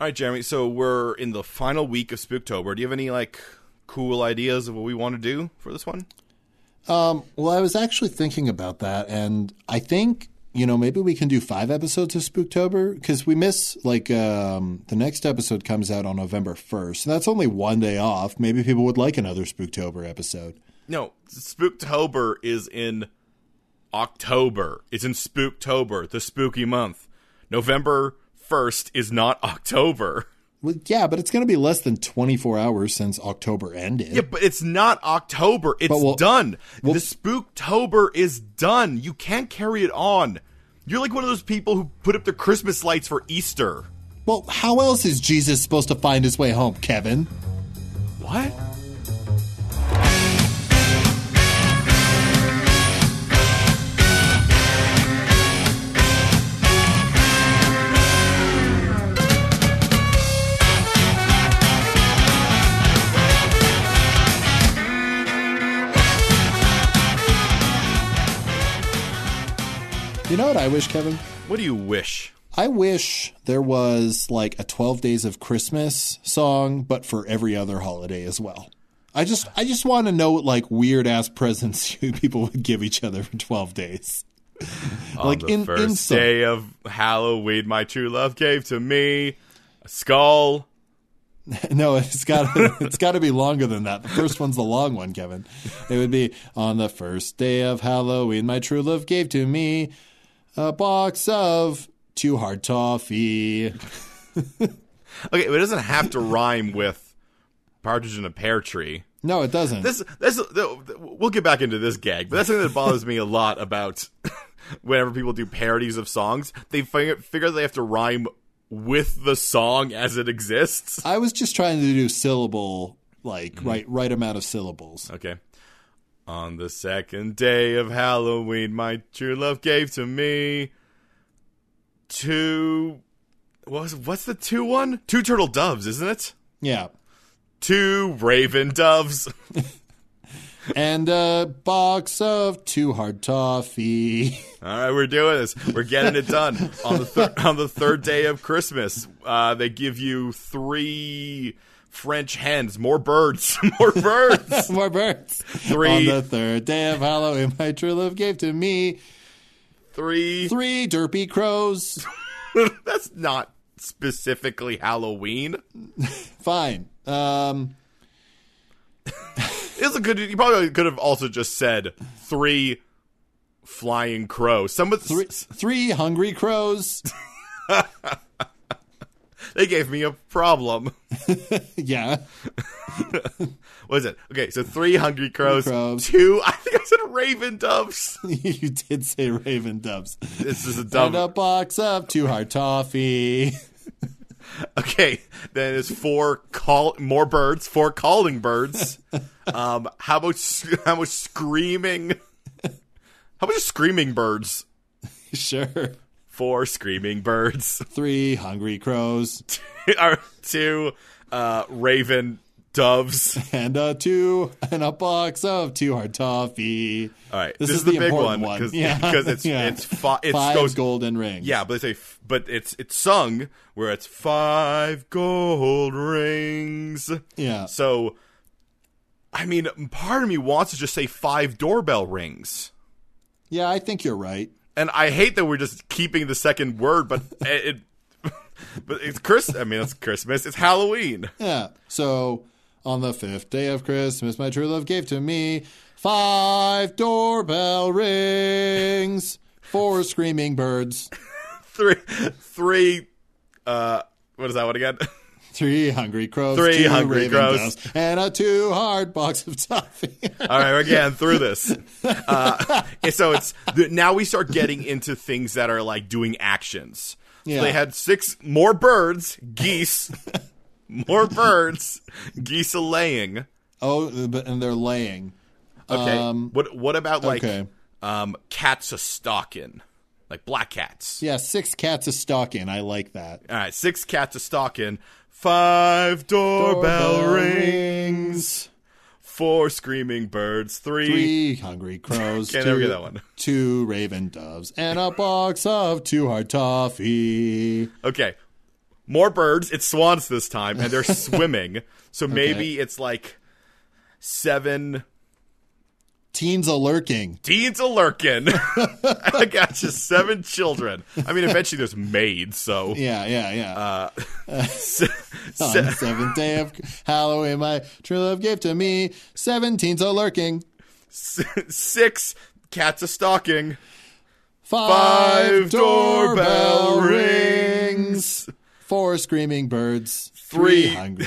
All right, Jeremy. So we're in the final week of Spooktober. Do you have any like cool ideas of what we want to do for this one? Um, well, I was actually thinking about that, and I think you know maybe we can do five episodes of Spooktober because we miss like um, the next episode comes out on November first, and that's only one day off. Maybe people would like another Spooktober episode. No, Spooktober is in October. It's in Spooktober, the spooky month. November first is not October. Well, yeah, but it's going to be less than 24 hours since October ended. Yeah, but it's not October. It's But we'll- done. we'll- the Spooktober is done. You can't carry it on. You're like one of those people who put up their Christmas lights for Easter. Well, how else is Jesus supposed to find his way home, Kevin? What? You know what I wish, Kevin? What do you wish? I wish there was like a 12 Days of Christmas song, but for every other holiday as well. I just I just want to know what like weird ass presents you people would give each other for 12 days. like the in first in some- day of Halloween, my true love gave to me a skull. No, it's got it's got to be longer than that. The first one's the long one, Kevin. It would be on the first day of Halloween. My true love gave to me a box of too hard toffee. Okay, but it doesn't have to rhyme with partridge in a pear tree. No, it doesn't. This, this, the- we'll get back into this gag, but that's something that bothers me a lot about whenever people do parodies of songs. They figure, figure they have to rhyme with the song as it exists. I was just trying to do syllable like right right amount of syllables. Okay. On the second day of Halloween, my true love gave to me two. What was, what's the two one? Two turtle doves, isn't it? Yeah. Two raven doves. And a box of too hard toffee. All right, we're doing this. We're getting it done on the thir- on the third day of Christmas. Uh, they give you three French hens, more birds, more birds. More birds. Three. On the third day of Halloween, my true love gave to me Three. three derpy crows. That's not specifically Halloween. Fine. Um, It's a good. You probably could have also just said three flying crows. Some of three, three hungry crows. they gave me a problem. yeah. What is it? Okay, so three hungry crows, crows. two. I think I said raven doves. you did say raven doves. This is a And dumb. a box of too hard toffee. Okay, then it's four call more birds, four calling birds. um, how about s- how about screaming? How about just screaming birds? sure. Four screaming birds. Three hungry crows. Our two uh, raven doves. and a two and a box of two hard toffee. All right, this, is, the, big important one because Yeah. it's Yeah. it's fi- it's five goes, golden rings. yeah, but they say f- but it's it's sung where it's five gold rings. yeah. So, I mean, part of me wants to just say five doorbell rings. Yeah, I think you're right. and I hate that we're just keeping the second word, but it, it- but it's Chris. I mean, it's Christmas. It's Halloween. Yeah. So on the fifth day of Christmas, my true love gave to me five doorbell rings, four screaming birds, Three, three. Uh, what is that one again? three hungry crows, Three two hungry raven crows. doves, and a two hard box of toffee. All right, we're getting through this. Uh, and so it's the, now we start getting into things that are like doing actions. Yeah. So they had six more birds, geese, more birds, geese a laying. oh, but and they're laying. Okay. what what about like Um, okay. um cats a stalking, like black cats? Yeah, six cats a stocking. I like that. All right, six cats a stalking, five doorbell, Doorbell rings, four screaming birds, three. Three hungry crows. Can't two, ever get that one. Two raven doves and a box of two hard toffee. Okay, More birds. It's swans this time, and they're swimming. So maybe it's like seven Teens a lurking. Deeds a lurkin. I got just seven children. I mean, eventually there's maids. So Yeah, yeah, yeah. se- On Uh, se- the seventh day of Halloween, my true love gave to me seven teens a lurking. six cats a stalking. Five, doorbell rings. Four screaming birds. Three- hungry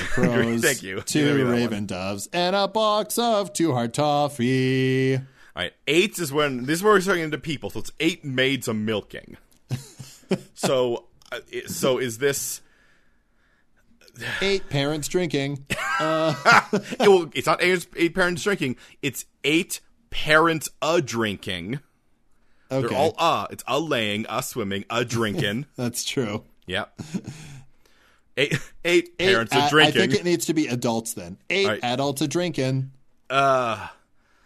crows. Thank you. Give me Two that raven doves. And a box of two hard toffee. All right, eight is when this is where we're starting into people. So it's eight maids a milking. so, uh, i- so is this? Eight parents drinking. it will- it's not eight, eight parents drinking. It's eight parents a drinking. They're Okay. all uh. It's a laying, a swimming, a drinking. That's true. yep. Eight, eight Eight- parents I- a drinking. I think it needs to be adults then. Eight All right. adults are drinking. uh,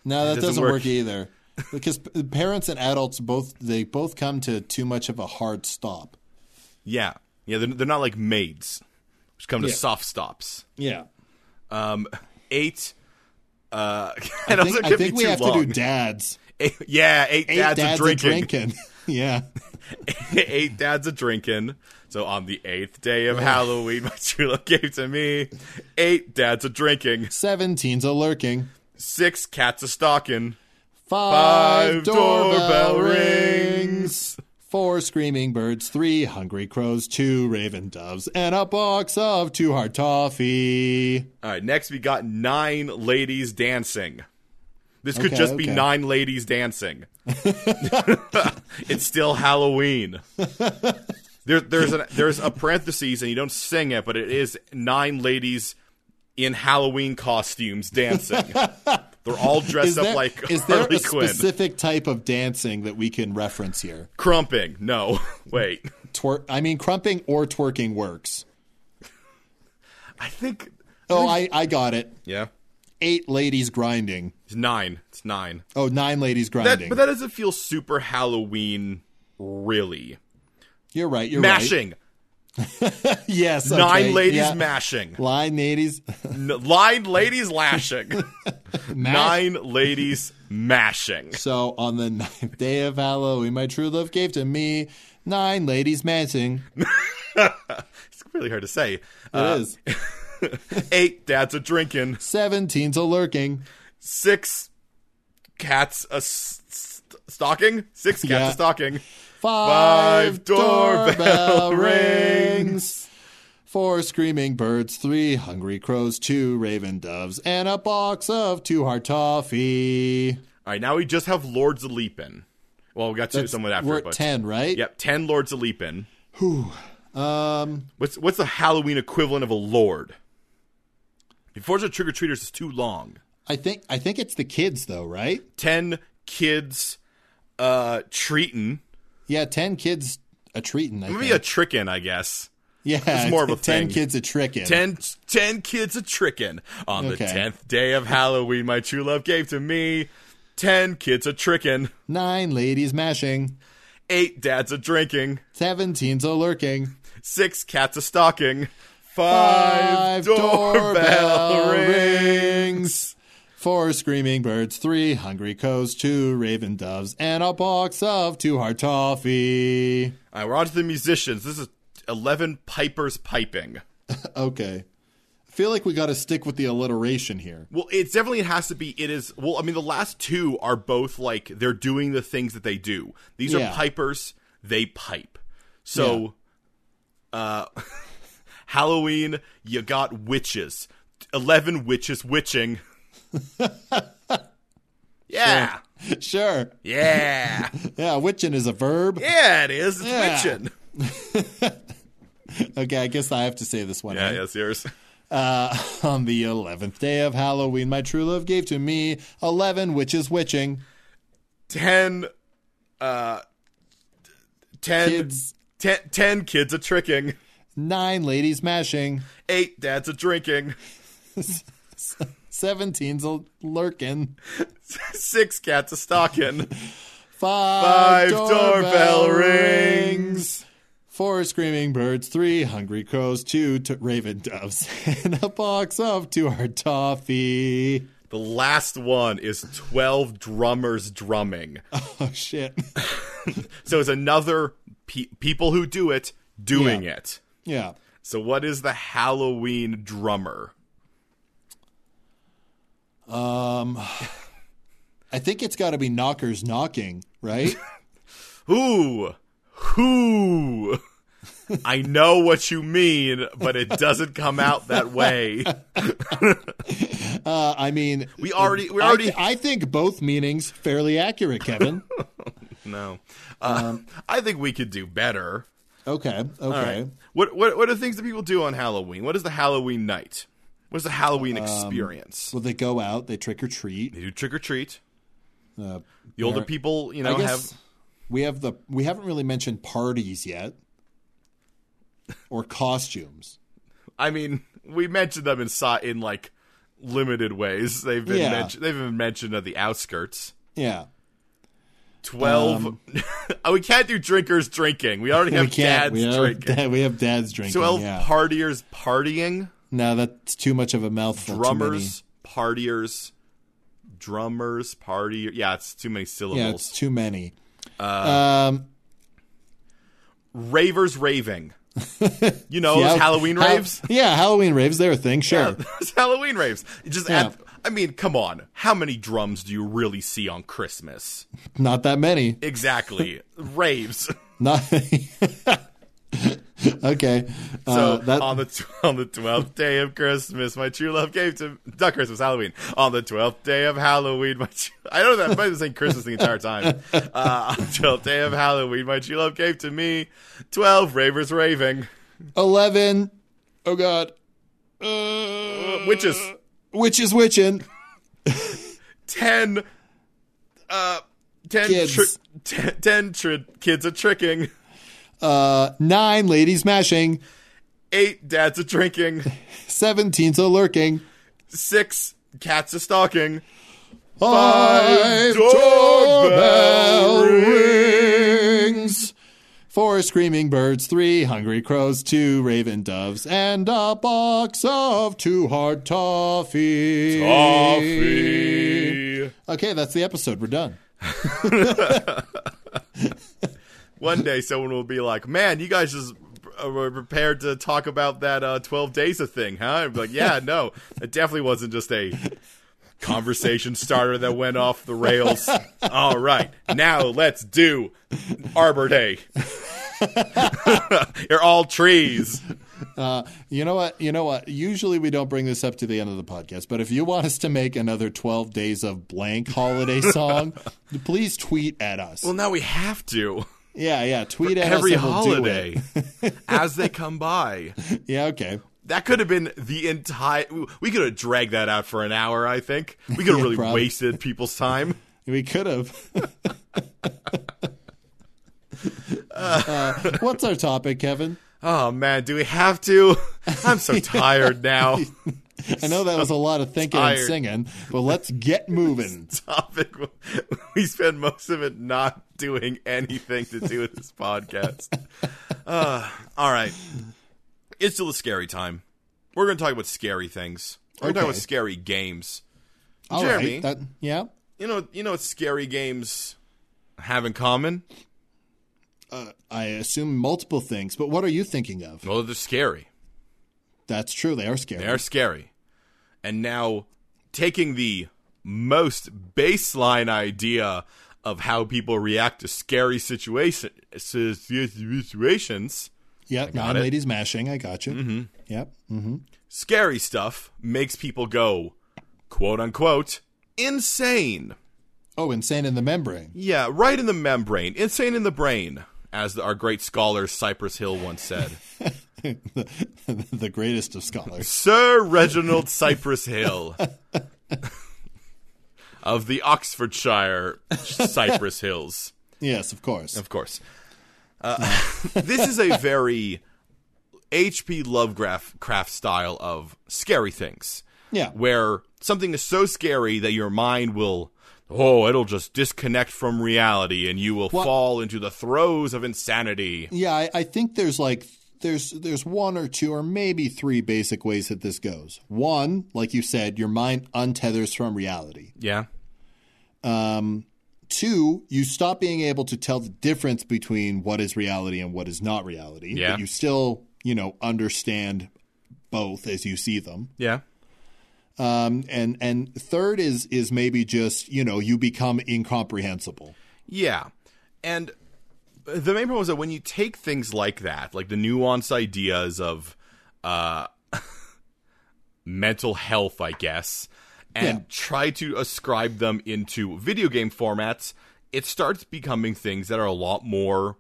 No, that doesn't doesn't, work. work. either. Because p- parents and adults both they both come to too much of a hard stop. yeah, yeah. They're, they're not like maids, which come to Yeah. soft stops. Yeah. Um, eight. Uh, and I think, also I could think be we too have long. to do dads. Eight- yeah, eight, Eight dads, dads a drinking. Are drinking. yeah. eight dads a drinking. So on the eighth day of Halloween, my true love gave to me. Eight dads a drinking. Seven teens are lurking. Six cats a stalking. Five, Five doorbell, doorbell rings. rings. Four screaming birds, three hungry crows, two raven doves, and a box of two hard toffee. All right, next we got nine ladies dancing. This could Okay, just be okay. nine ladies dancing. it's still Halloween. There, there's an there's a parentheses and you don't sing it, but it is nine ladies in Halloween costumes dancing. They're all dressed Is up there, like is there Harley a Quinn. specific type of dancing that we can reference here? Crumping. No, wait. Twer- I mean, crumping or twerking works. I think. Oh, I, I got it. Yeah, Eight ladies grinding. it's nine. It's nine. Oh, nine ladies That, grinding. but that doesn't feel super Halloween, really. you're right. You're right. Mashing. Yes. okay, Nine ladies yeah. mashing. Nine ladies. N- nine ladies lashing. Mash- nine ladies mashing. So on the ninth day of Halloween, my true love gave to me nine ladies mancing. It It's really hard to say. is Uh, eight dads a drinking. seven teens a lurking. Six cats a s- s- stalking. Six cats Yeah. a stalking. Five, Five doorbell doorbell rings. rings. Four screaming birds, three hungry crows, two raven doves, and a box of two hard toffee. All right, now we just have lords a leaping. Well, we got to someone after, We're but at ten, right? yep, ten lords a leaping. Um, What's what's the Halloween equivalent of a lord? Unfortunately, trick or treaters is too long. I think I think it's the kids though, right? Ten kids, uh, treating. Yeah, ten kids a treatin'. I Maybe think. a trickin', I guess. yeah, it's more of a ten thing. kids a trickin'. Ten, ten kids a trickin'. On Okay. the tenth day of Halloween, my true love gave to me. Ten kids a trickin'. Nine ladies mashing. Eight dads a drinking. Seven teens a lurking. Six cats a stalking. Five, doorbell rings. Four screaming birds, three hungry crows, two raven doves, and a box of two hard toffee. All right, we're on to the musicians. This is 11 pipers piping. Okay. I feel like we got to stick with the alliteration here. Well, it's definitely it has to be. It is. Well, I mean, the last two are both like they're doing the things that they do. These Yeah. are pipers. They pipe. So, uh, Halloween, you got witches. Eleven witches witching. yeah, sure. yeah, Yeah, witching is a verb. yeah. It is. It's Yeah. witching. Okay, I guess I have to say this one. Yeah, right? yeah, it's yours. Uh, on the 11th day of Halloween, my true love gave to me 11 witches witching. Ten, uh, ten, Kids. ten, ten kids a tricking. Nine ladies mashing. Eight dads a drinking. Seventeen's a lurking. six cats a stocking, five Five, doorbell rings, Four screaming birds, three hungry crows, two t- raven doves, and a box of two hard toffee. The last one is 12 drummers drumming. Oh, shit. So it's another pe- people who do it doing Yeah. it. Yeah. So what is the Halloween drummer? I think it's got to be knockers knocking, right? Who? Who? I know what you mean, but it doesn't come out that way. Uh, I mean, We already we I, already I think both meanings fairly accurate, Kevin. no. Uh, I think we could do better. okay. Okay. What what what are things that people do on Halloween? What is the Halloween night? What is the Halloween experience? Um, Well, they go out, they trick or treat. They do trick or treat. Uh, The older Mar- people, you I know, have guess we have the we haven't really mentioned parties yet, or costumes. I mean, we mentioned them in si- in like limited ways. They've been Yeah. mentioned. They've been mentioned at the outskirts. Yeah, Twelve. Oh, we can't do drinkers drinking. We already have dads Um, we, have drinking. dad- we have dads drinking. Twelve yeah. partiers partying. no, that's too much of a mouthful. too many. Drummers partiers. Drummers party. Yeah, it's too many Yeah, syllables. it's too many. um, Ravers raving. you know yeah, those Halloween ha- raves. yeah, Halloween raves. They're a thing. Sure. Those Halloween raves. It Just Yeah. add, I mean, come on. How many drums do you really see on Christmas? Not that many. Exactly. raves. Not. okay. So um, uh, that, on the tw- on the twelfth day of Christmas, my true love gave to not Christmas Halloween. On the twelfth day of Halloween, my true, I don't know that I'm probably saying Christmas the entire time. Uh, on the twelfth day of Halloween, my true love gave to me twelve ravers raving 11 oh god uh, witches, which is witching ten, uh, ten, Kids. Tri- ten, ten tri- kids are tricking, uh, 9 ladies mashing eight dads are drinking, 17 to lurking six cats are stalking, 5 doorbell rings 4 screaming birds 3 hungry crows 2 raven doves and a box of two hard toffee coffee. okay that's the episode we're done One day, someone will be like, "Man, you guys just uh, were prepared to talk about that uh, twelve days of thing, huh?" I'm like, "Yeah, no, it definitely wasn't just a conversation starter that went off the rails." All right, now let's do Arbor Day. You're all trees. You know what? You know what? Usually we don't bring this up to the end of the podcast, but if you want us to make another 12 days of blank holiday song, please tweet at us. Well, now we have to yeah, yeah, tweet at every us and we'll do holiday as they come by. it. Yeah, okay. That could have been the entire. We could have dragged that out for an hour. I think we could have really probably. wasted people's time. We could have. Uh, what's our topic, Kevin? Oh man, do we have to? I'm so tired now. I know that was a lot of thinking tired. and singing, but let's get moving. Topic. We spend most of it not doing anything to do with this podcast. Uh, all right. It's still a scary time. We're going to talk about scary things. We're going to talk about Okay. scary games. All right. Jeremy, that, yeah. you know, you know what scary games have in common? I assume multiple things, but what are you thinking of? Well, they're scary. That's true. They are scary. They are scary. And now, taking the most baseline idea of how people react to scary situation, si- situations, yep. Nine it. ladies mashing. I got you. Mm-hmm. Yep. scary stuff makes people go, quote unquote, insane. Oh, insane in the membrane. Yeah, right in the membrane, insane in the brain, as our great scholar Cypress Hill once said. the greatest of scholars. Sir Reginald Cypress Hill of the Oxfordshire Cypress Hills. Yes, of course. Of course. Uh, this is a very H.P. Lovecraft craft style of scary things, Yeah. where something is so scary that your mind will oh, it'll just disconnect from reality and you will fall into the throes of insanity. Yeah, I, I think there's like there's there's one or two or maybe three basic ways that this goes. One, like you said, your mind untethers from reality. Yeah. Two, you stop being able to tell the difference between what is reality and what is not reality. Yeah. But you still, you know, understand both as you see them. Yeah. Um, and and third is is maybe just, you know, you become incomprehensible. Yeah. And the main problem is that when you take things like that, like the nuanced ideas of uh, mental health, I guess, and Yeah. try to ascribe them into video game formats, it starts becoming things that are a lot more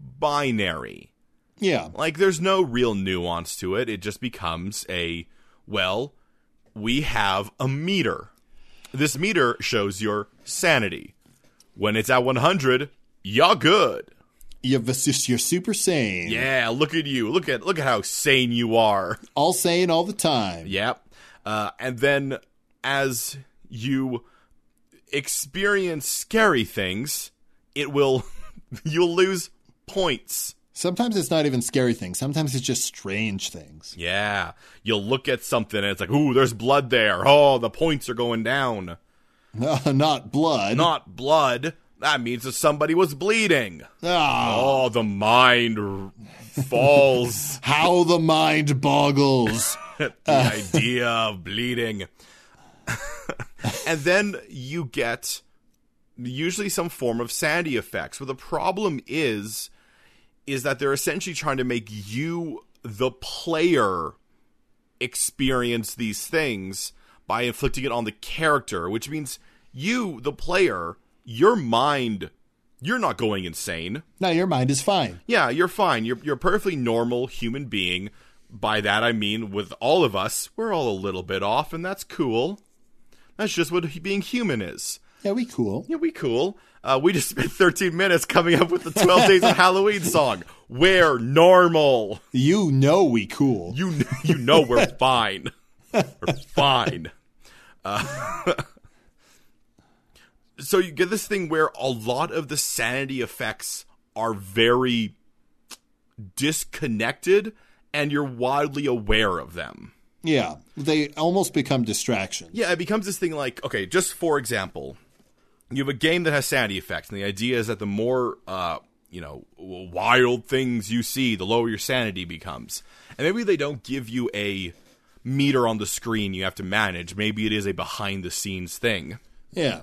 binary. Yeah. Like there's no real nuance to it. It just becomes a well, we have a meter. This meter shows your sanity. When it's at 100, y'all good. You're, vis- you're super sane. Yeah, look at you. Look at look at how sane you are. All sane all the time. Yep. Uh, and then as you experience scary things, it will you'll lose points. Sometimes it's not even scary things. Sometimes it's just strange things. Yeah. You'll look at something and it's like, ooh, there's blood there. Oh, the points are going down. not blood. Not blood. That means that somebody was bleeding. Ah, Oh, the mind r- falls how the mind boggles. at the idea of bleeding. and then you get usually some form of sanity effects. But the problem is is that they're essentially trying to make you the player experience these things by inflicting it on the character, which means you, the player, your mind, you're not going insane. now your mind is fine. Yeah, you're fine. You're you're a perfectly normal human being. By that I mean with all of us, we're all a little bit off, and that's cool. That's just what he- being human is. Yeah, we cool. Yeah, we cool. Uh, we just spent 13 minutes coming up with the 12 Days of Halloween song. We're normal. You know we cool. You kn- you know we're fine. We're fine. Uh, so you get this thing where a lot of the sanity effects are very disconnected, and you're wildly aware of them. yeah, they almost become distractions. Yeah, it becomes this thing like okay, just for example, you have a game that has sanity effects, and the idea is that the more uh, you know w- wild things you see, the lower your sanity becomes. And maybe they don't give you a meter on the screen you have to manage. Maybe it is a behind the scenes thing. Yeah.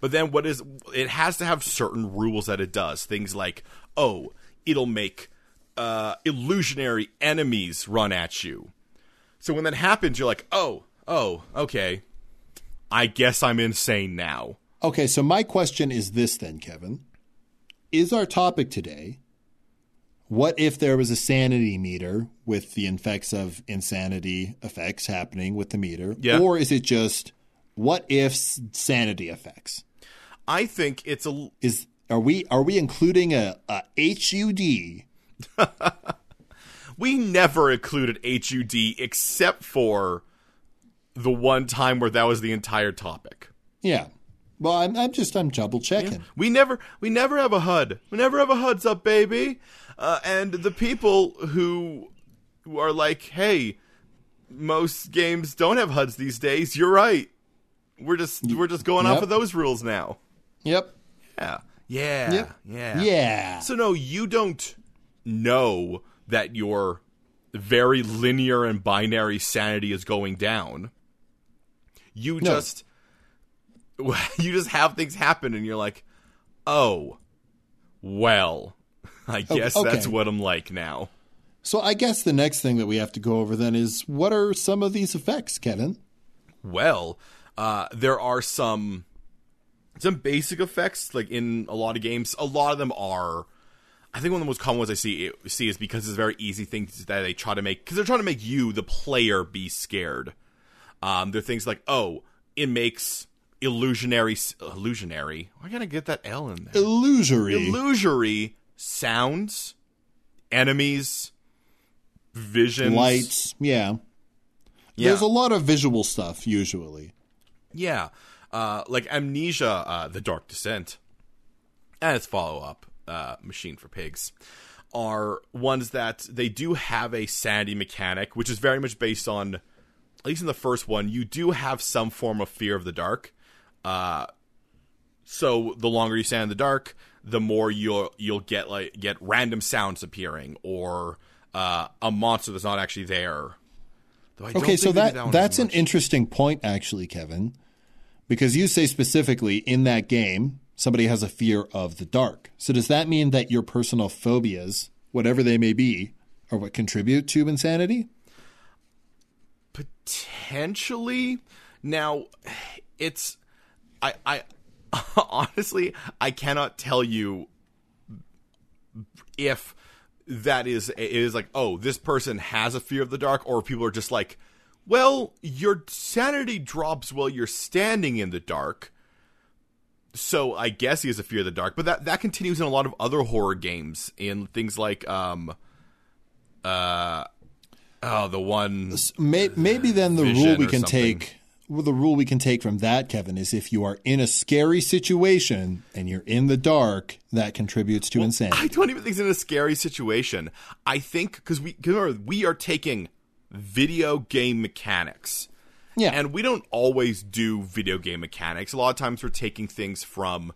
But then what is it has to have certain rules that it does. Things like, oh, it'll make uh illusionary enemies run at you. So when that happens, you're like, oh, oh, okay. I guess I'm insane now. Okay, so my question is this then, Kevin. Is our topic today what if there was a sanity meter with the effects of insanity effects happening with the meter? Yeah. Or is it just what if s- sanity effects? I think it's a Is are we are we including a, a HUD? we never included HUD except for the one time where that was the entire topic. Yeah. Well, I'm, I'm just I'm double checking. We never we never have a HUD. We never have a HUD's up, baby. Uh, and the people who who are like, hey, most games don't have HUDs these days. You're right. We're just we're just going off Yep. of those rules now. Yep. Yeah. Yeah. Yep. Yeah. Yeah. So no, you don't know that your very linear and binary sanity is going down. You No. just you just have things happen and you're like, "Oh, well, I guess that's Oh, okay. what I'm like now." So I guess the next thing that we have to go over then is what are some of these effects, Kevin? well uh, there are some some basic effects like in a lot of games a lot of them are i think one of the most common ones i see see is because it's a very easy thing that they try to make because they're trying to make you the player be scared um there are things like oh it makes illusionary s- illusionary why can't i get that l in there Illusory. illusory sounds enemies visions lights. Yeah. yeah. There's a lot of visual stuff usually. Yeah. Uh, like Amnesia, uh, The Dark Descent, and its follow up, uh, Machine for Pigs, are ones that they do have a sanity mechanic, which is very much based on, at least in the first one, you do have some form of fear of the dark. Uh, so the longer you stand in the dark, the more you'll you'll get like get random sounds appearing or uh, a monster that's not actually there. Though I don't Okay, so think they did that, one as that's an much. interesting point, actually, Kevin, because you say specifically in that game somebody has a fear of the dark. So does that mean that your personal phobias, whatever they may be, are what contribute to insanity? potentially now it's i i honestly i cannot tell you if that is it is like oh this person has a fear of the dark or people are just like well your sanity drops while you're standing in the dark so i guess he has a fear of the dark but that that continues in a lot of other horror games in things like um uh oh the one May, maybe then the Vision rule we or can something. take, well, the rule we can take from that, Kevin, is if you are in a scary situation and you're in the dark, that contributes to insanity. I don't even think it's in a scary situation. I think because we 'cause remember, we are taking video game mechanics, yeah, and we don't always do video game mechanics. A lot of times we're taking things from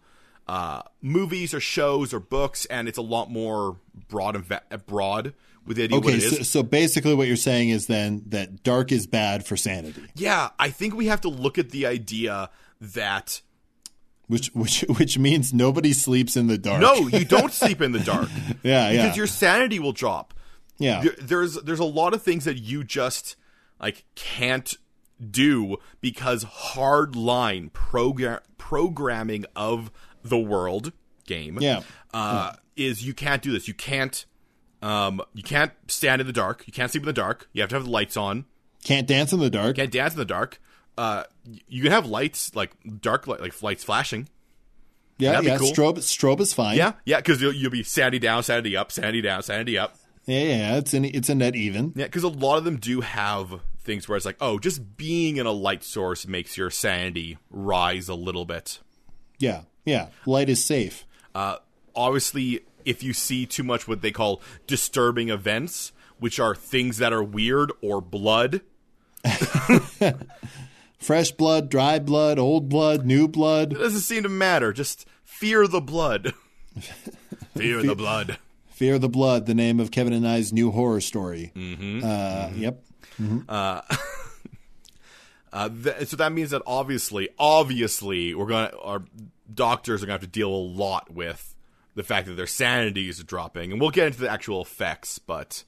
uh, movies or shows or books, and it's a lot more broad and va- broad with it. what Okay, it is. so, so basically, what you're saying is then that dark is bad for sanity, yeah, I think we have to look at the idea that which which which means nobody sleeps in the dark. no, you don't sleep in the dark yeah, yeah, because your sanity will drop. yeah. there- there's there's a lot of things that you just like can't do because hard line program programming of the world game Yeah. uh, is you can't do this you can't um, you can't stand in the dark you can't sleep in the dark you have to have the lights on Can't dance in the dark. you can't dance in the dark uh, y- you can have lights like dark light like lights flashing yeah, that'd be yeah. cool. Strobe strobe is fine. yeah yeah because you'll, you'll be sanity down sanity up sanity down sanity up yeah, yeah. yeah, It's an it's a net even. Yeah, because a lot of them do have things where it's like, oh, just being in a light source makes your sanity rise a little bit. Yeah, yeah. Light is safe. Uh, obviously, if you see too much what they call disturbing events, which are things that are weird or blood, Fresh blood, dry blood, old blood, new it blood. doesn't seem to matter. Just fear the blood. fear the blood. Fear the blood. The name of Kevin and I's new horror story. Mm-hmm, uh, Yep. Uh, th- so that means that obviously, obviously, we're gonna our doctors are gonna have to deal a lot with the fact that their sanity is dropping, and we'll get into the actual effects. But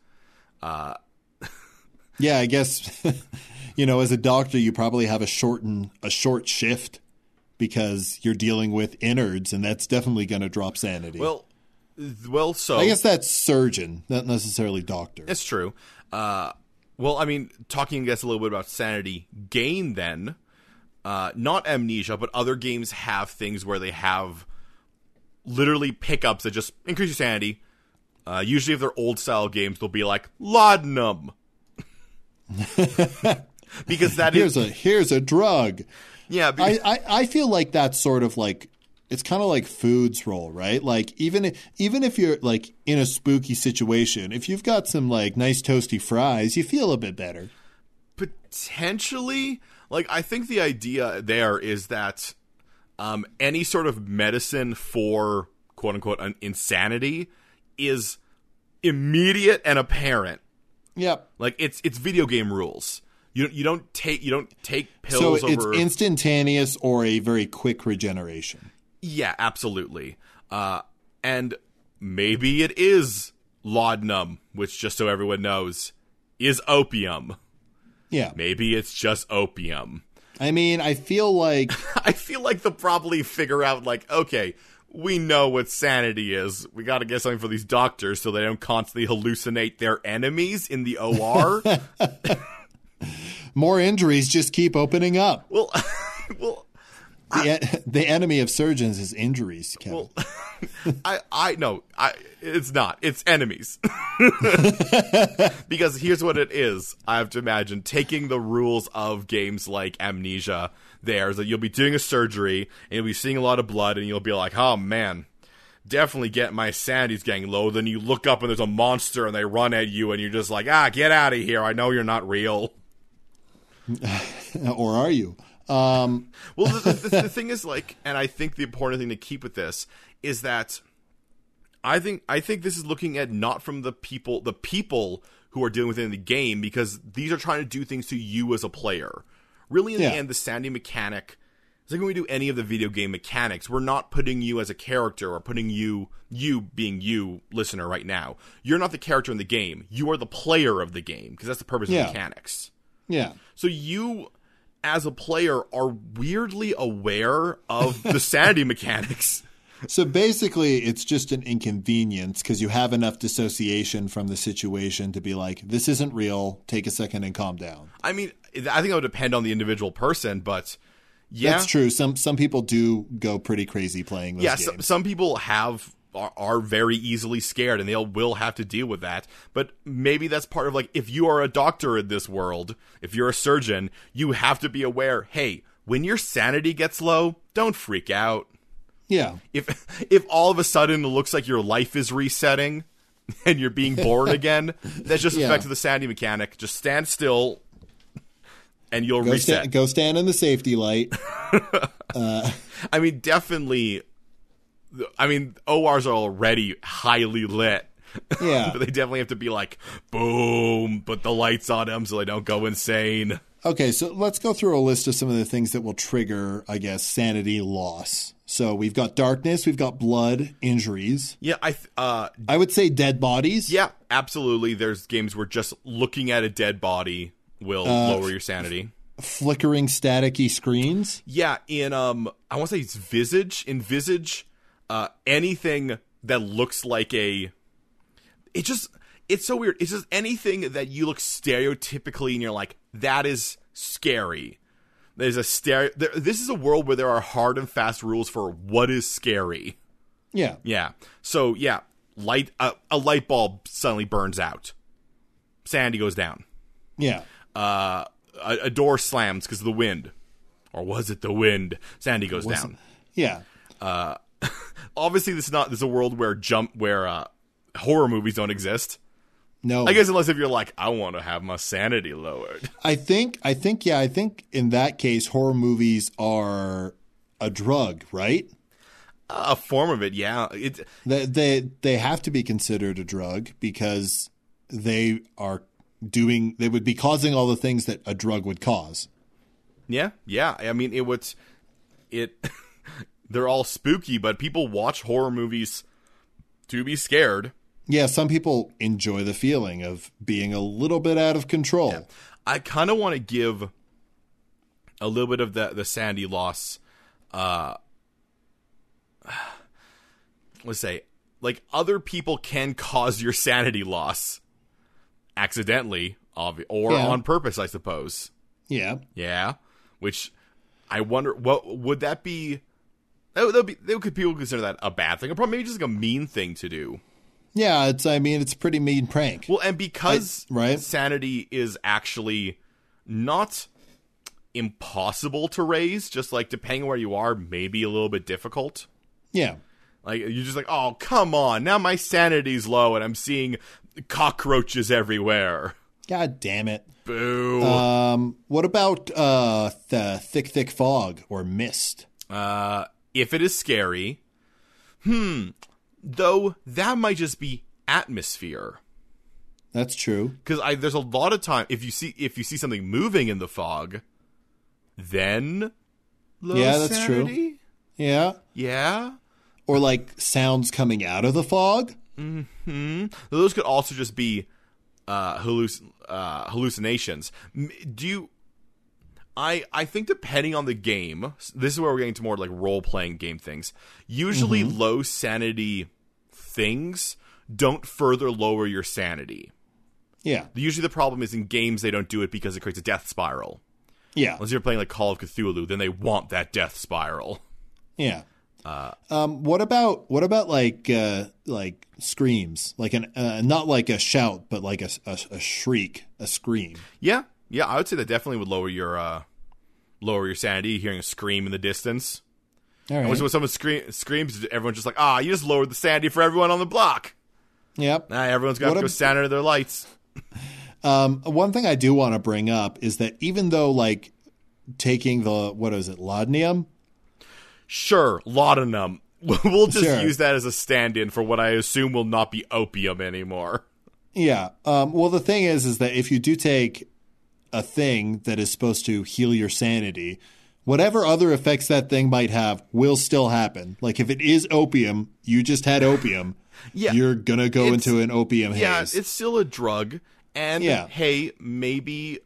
Yeah, I guess you know, as a doctor, you probably have a shorten a short shift because you're dealing with innards, and that's definitely going to drop sanity. well, th- well, so I guess that's surgeon, not necessarily doctor. That's true. Uh, well, I mean, talking, I guess, a little bit about sanity gain then. Uh, not amnesia, but other games have things where they have literally pickups that just increase your sanity. Uh, usually, if they're old style games, they'll be like laudanum, because that is Here's a here's a drug. yeah. Because, I, I, I feel like that's sort of like it's kind of like food's role, right? Like even if, even if you're like in a spooky situation, if you've got some like nice toasty fries, you feel a bit better. potentially like i think the idea there is that um, any sort of medicine for quote unquote an insanity is immediate and apparent Yep. like it's it's video game rules you don't you don't take you don't take So pills it's over instantaneous or a very quick regeneration. yeah absolutely uh and maybe it is laudanum which just so everyone knows is opium Yeah. maybe it's just opium I mean, I feel like I feel like they'll probably figure out, like, okay, we know what sanity is. We got to get something for these doctors so they don't constantly hallucinate their enemies in the OR. more injuries just keep opening up. well, well, The, the enemy of surgeons is injuries, Kevin. Well, I I no, I it's not. It's enemies. because here's what it is. I have to imagine taking the rules of games like Amnesia. There is that you'll be doing a surgery and you'll be seeing a lot of blood and you'll be like, oh man. Definitely get my sanity's getting low. Then you look up and there's a monster and they run at you and you're just like, ah, get out of here. I know you're not real. or are you? Um, Well, the, the, the thing is, like, and I think the important thing to keep with this is that I think I think this is looking at not from the people the people who are dealing within the game because these are trying to do things to you as a player. Really, in Yeah. the end, the sanity mechanic. It's like when we do any of the video game mechanics, we're not putting you as a character or putting you, you being you, listener, right now. You're not the character in the game. You are the player of the game because that's the purpose Yeah. of mechanics. yeah. So you, as a player, are weirdly aware of the sanity mechanics. So basically, it's just an inconvenience because you have enough dissociation from the situation to be like, this isn't real. Take a second and calm down. I mean, I think it would depend on the individual person, but yeah, That's true. Some some people do go pretty crazy playing those yeah. games. so- some people have are, are very easily scared, and they'll will have to deal with that. But maybe that's part of like if you are a doctor in this world, if you're a surgeon, you have to be aware. Hey, when your sanity gets low, don't freak out. yeah. if if all of a sudden it looks like your life is resetting and you're being born again, that's just Yeah. effect of the sanity mechanic. Just stand still and you'll Go, reset. sta- go stand in the safety light. I mean, definitely. I mean, ORs are already highly lit. Yeah. But they definitely have to be like, boom, put the lights on them so they don't go insane. Okay, so let's go through a list of some of the things that will trigger, I guess, sanity loss. So we've got darkness, we've got blood, injuries. Yeah, I th- uh, I would say dead bodies. yeah, absolutely. There's games where just looking at a dead body will Uh, lower your sanity. Flickering staticky screens. Yeah, in um, I want to say it's Visage. In Visage, uh, anything that looks like a, it just it's so weird. It's just anything that you look stereotypically and you're like, that is scary. There's a stereo. There, this is a world where there are hard and fast rules for what is scary. Yeah. Yeah. So yeah, light uh, a light bulb suddenly burns out. Sandy goes down Yeah. uh, a, a door slams because of the wind, or was it the wind? Sandy goes down. Yeah. Obviously, this is not. This is a world where jump where uh, horror movies don't exist. No. I guess unless if you're like, I want to have my sanity lowered. I think I think yeah, I think in that case horror movies are a drug, right? A form of it, yeah. It, They they, they have to be considered a drug because they are doing they would be causing all the things that a drug would cause. yeah, yeah. I mean, it would. It. they're all spooky, but people watch horror movies to be scared. Yeah, some people enjoy the feeling of being a little bit out of control. I kind of want to give a little bit of the the Sandy loss. Uh, let's say, like other people can cause your sanity loss accidentally, obvi- or Yeah. on purpose, I suppose. Yeah. Yeah, which I wonder what would that be. That would, that would be, that could people consider that a bad thing, or probably maybe just like a mean thing to do. Yeah, it's I mean it's a pretty mean prank. Well, and because I- right. sanity is actually not impossible to raise, just like depending on where you are, maybe a little bit difficult. Yeah. Like you're just like, oh come on, now my sanity's low and I'm seeing cockroaches everywhere. God damn it. Boo. Um what about uh the thick thick fog or mist? Uh, if it is scary, hmm. Though that might just be atmosphere. That's true. because I there's a lot of time if you see if you see something moving in the fog, then low Yeah, that's sanity? Yeah. Yeah, or like sounds coming out of the fog. Mm-hmm. those could also just be uh, halluc- uh, hallucinations. M- Do you? I I think depending on the game, s- this is where we're getting to more like role playing game things. Usually, Mm-hmm. low sanity things don't further lower your sanity. Yeah. Usually, the problem is in games they don't do it because it creates a death spiral. Yeah. Unless you're playing like Call of Cthulhu, then they want that death spiral. Yeah. um, what about what about like uh, like screams like an uh, not like a shout but like a, a, a shriek a scream Yeah, yeah, I would say that definitely would lower your uh lower your sanity hearing a scream in the distance. all right Which when someone scream, screams, everyone's just like, ah, you just lowered the sanity for everyone on the block. yep Nah, everyone's got What to go ab- stand under their lights. um, one thing I do want to bring up is that even though like taking the what is it laudanum Sure, laudanum. We'll just Sure. use that as a stand-in for what I assume will not be opium anymore. Yeah. Um, well, the thing is, is that if you do take a thing that is supposed to heal your sanity, whatever other effects that thing might have will still happen. Like if it is opium, you just had opium. Yeah. You're gonna go It's- into an opium Yeah, haze. it's still a drug, and Yeah. hey, maybe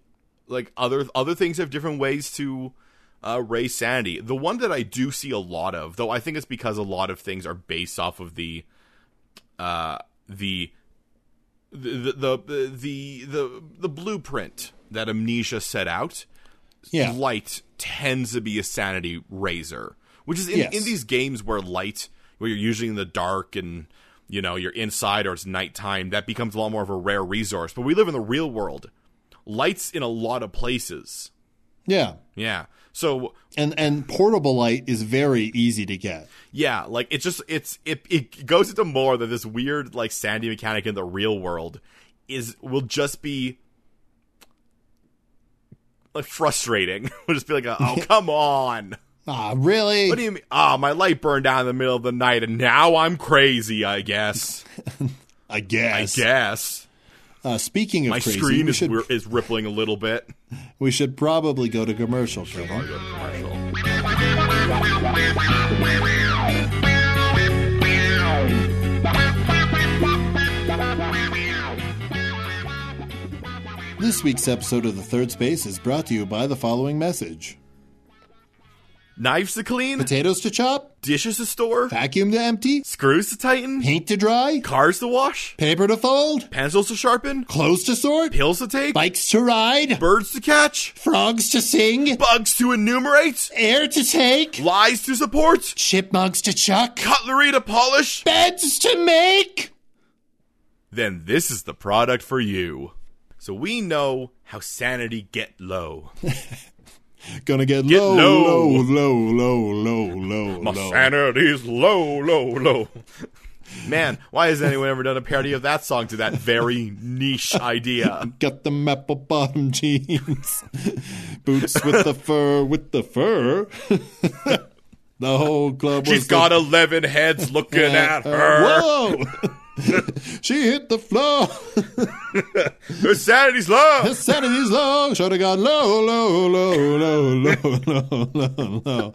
like other other things have different ways to uh, raise sanity. The one that I do see a lot of, though, I think it's because a lot of things are based off of the uh, the the the the the, the, the blueprint that amnesia set out yeah. light tends to be a sanity raiser, which is in, Yes. in these games where light, where you're usually in the dark and you know you're inside or it's nighttime, that becomes a lot more of a rare resource. But we live in the real world. Lights in a lot of places. yeah. Yeah. So And and portable light is very easy to get. yeah, like it's just it's it it goes into more that this weird like sanity mechanic in the real world is will just be like frustrating. will just be like, a, oh come on. Ah, really? What do you mean? Ah, my light burned down in the middle of the night, and now I'm crazy. I guess. I guess. Guess Uh, speaking of my crazy, screen we is should wi- is rippling a little bit. we should probably go to commercial. Kevin. I'll go to commercial. This week's episode of the Third Space is brought to you by the following message. Knives to clean, Potatoes to chop, dishes to store, vacuum to empty, screws to tighten, paint to dry, cars to wash, paper to fold, pencils to sharpen, clothes to sort, pills to take, bikes to ride, birds to catch, frogs to sing, bugs to enumerate, air to take, lies to support, chipmunks to chuck, cutlery to polish. beds to make. Then this is the product for you. So we know how sanity get low. Gonna get, Get low, low. low, low, low, low, low, My low. sanity's low, low, low. Man, why has anyone ever done a parody of that song to that very niche idea? Got them apple bottom jeans, boots with the fur, with the fur. the whole club She's was got 11 heads looking at Uh, her. Whoa! she hit the floor. Her sanity's low. Sanity's low. Should have gone low, low, low, low, low, low, low, low.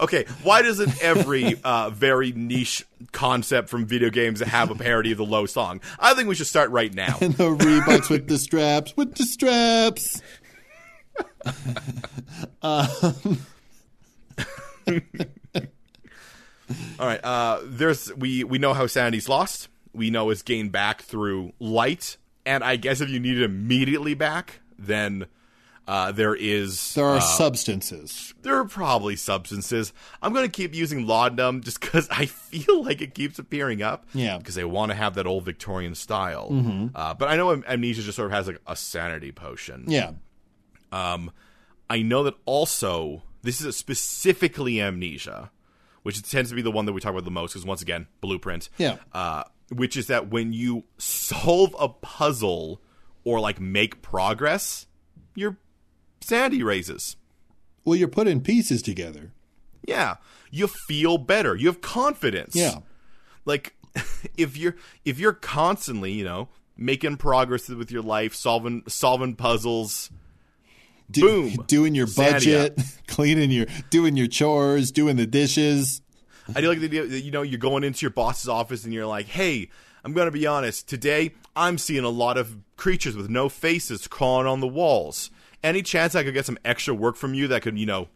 Okay, why doesn't every uh, very niche concept from video games have a parody of the low song? I think we should start right now. And the Reeboks with the straps, with the straps. All right. Uh, there's we we know how sanity's lost. We know it's gained back through light, and I guess if you need it immediately back, then uh, there is There are substances. there are probably substances. I'm going to keep using laudanum just because I feel like it keeps appearing up. Yeah. Mm-hmm. Because I want to have that old Victorian style. Uh, but I know am- amnesia just sort of has like a sanity potion. Yeah. I know that also this is specifically amnesia, which tends to be the one that we talk about the most because once again, blueprint. Yeah. Uh, which is that when you solve a puzzle or like make progress, your sanity raises. Well, you're putting pieces together. Yeah, you feel better. You have confidence. Yeah. like if you're if you're constantly you know making progress with your life, solving solving puzzles. Do- Boom. Doing your Sanity budget, cleaning your, doing your chores, doing the dishes. I do like the idea that you know you're going into your boss's office and you're like, "Hey, I'm gonna be honest. Today, I'm seeing a lot of creatures with no faces crawling on the walls. Any chance I could get some extra work from you that could, you know,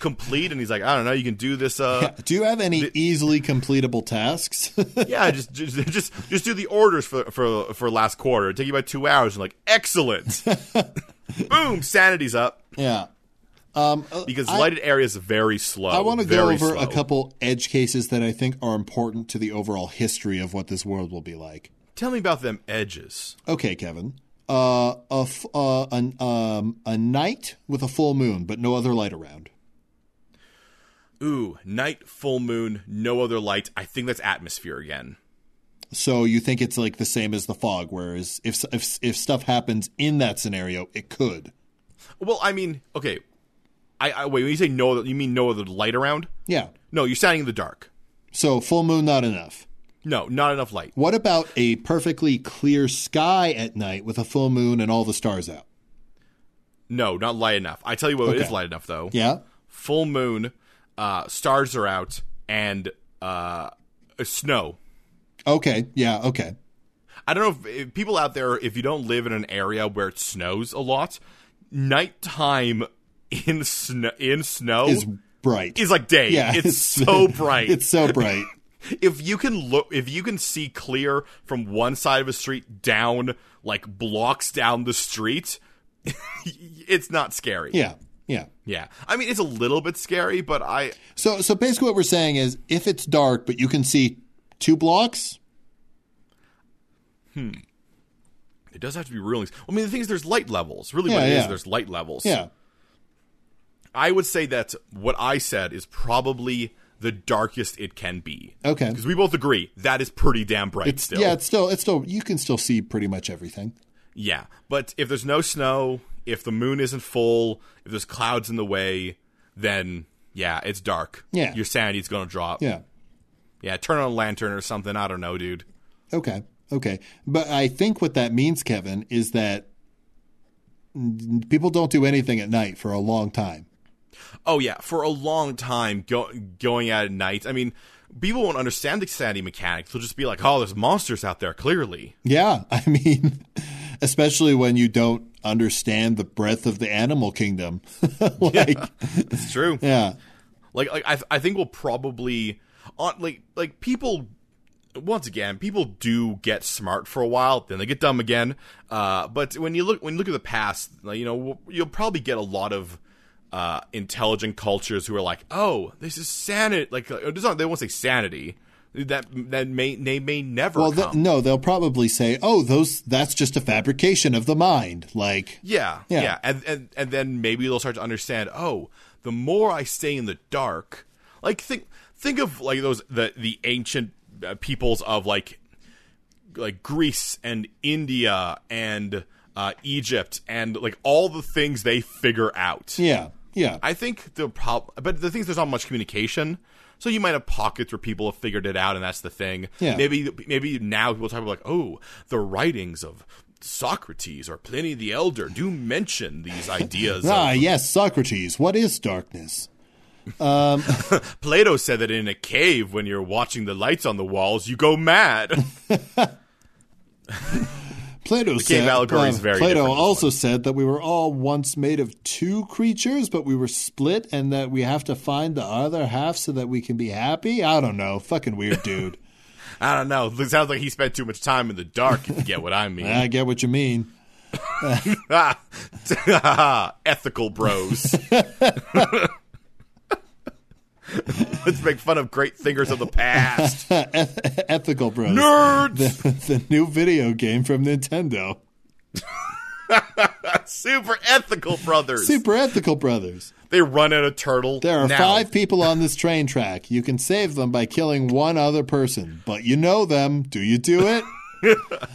complete?" And he's like, "I don't know. You can do this. Uh, Do you have any easily completable tasks? yeah, just, just just just do the orders for for for last quarter. It'll take you about two hours." And like, excellent. Boom, sanity's up. yeah. Um, uh, because I- lighted area is very slow. I want to go Oh, very over slow. a couple edge cases that I think are important to the overall history of what this world will be like. Tell me about them edges. Okay, Kevin. Uh, a f- uh, an, um, a night with a full moon, but no other light around. Ooh, night, full moon, no other light. I think that's atmosphere again. So you think it's like the same as the fog, whereas if if if stuff happens in that scenario, it could. Well, I mean, okay. I, I wait. When you say no, other- you mean no other light around? Yeah. No, you're standing in the dark. So full moon, not enough. No, not enough light. What about a perfectly clear sky at night with a full moon and all the stars out? No, not light enough. I tell you what, it is Okay. light enough though. Yeah. Full moon, uh, stars are out, and uh, snow. Okay. Yeah. Okay. I don't know if, if people out there, if you don't live in an area where it snows a lot, nighttime in snow in snow Is is, bright. like day. yeah. it's, so bright. It's so bright. if you can look, if you can see clear from one side of a street down like blocks down the street, it's not scary. Yeah. Yeah. Yeah. I mean, it's a little bit scary, but I So so basically what we're saying is if it's dark but you can see two blocks, it does have to be rulings. I mean, the thing is, there's light levels. Really, what Yeah, it is, yeah. there's light levels. yeah. I would say that what I said is probably the darkest it can be. Okay. Because we both agree that is pretty damn bright still. Yeah, it's still it's still you can still see pretty much everything. Yeah. But if there's no snow, if the moon isn't full, if there's clouds in the way, then yeah, it's dark. Yeah. Your sanity's gonna drop. Yeah. Yeah, turn on a lantern or something. I don't know, dude. Okay. Okay. But I think what that means, Kevin, is that n- people don't do anything at night for a long time. Oh yeah, for a long time go- going out at night. I mean, people won't understand the sanity mechanics. They'll just be like, "Oh, there's monsters out there." Clearly, Yeah, I mean, especially when you don't understand the breadth of the animal kingdom. like, it's true. yeah. Like, like I, I think we'll probably on like like people. Once again, people do get smart for a while, then they get dumb again. Uh, but when you look when you look at the past, like, you know you'll probably get a lot of uh, intelligent cultures who are like, "Oh, this is sanity." Like, uh, it's not- they won't say sanity. That that may they may never. Well, come. th- no, they'll probably say, "Oh, those that's just a fabrication of the mind." Like, Yeah, Yeah. yeah, and and and then maybe they'll start to understand. Oh, the more I stay in the dark, like think think of like those the the ancient uh, peoples of like like Greece and India and uh, Egypt and like all the things they figure out. yeah, yeah, I think the problem, but the thing is, there's not much communication. So you might have pockets where people have figured it out, and that's the thing. Yeah. Maybe maybe now people talk about like, oh, the writings of Socrates or Pliny the Elder do mention these ideas. ah, of, yes, Socrates. What is darkness? Plato said that in a cave, when you're watching the lights on the walls, you go mad. Plato cave said. allegory is very Plato different in this also said that we were all once made of two creatures, but we were split, and that we have to find the other half so that we can be happy. I don't know. Fucking weird, dude. I don't know. It sounds like he spent too much time in the dark. If you get what I mean. I get what you mean. Ah. Ethical bros. Let's make fun of great thinkers of the past. Ethical bros. Nerds! the new video game from Nintendo. Super ethical brothers. Super ethical brothers. They run at a turtle. There are now. five people on this train track. You can save them by killing one other person, but you know them. Do you do it?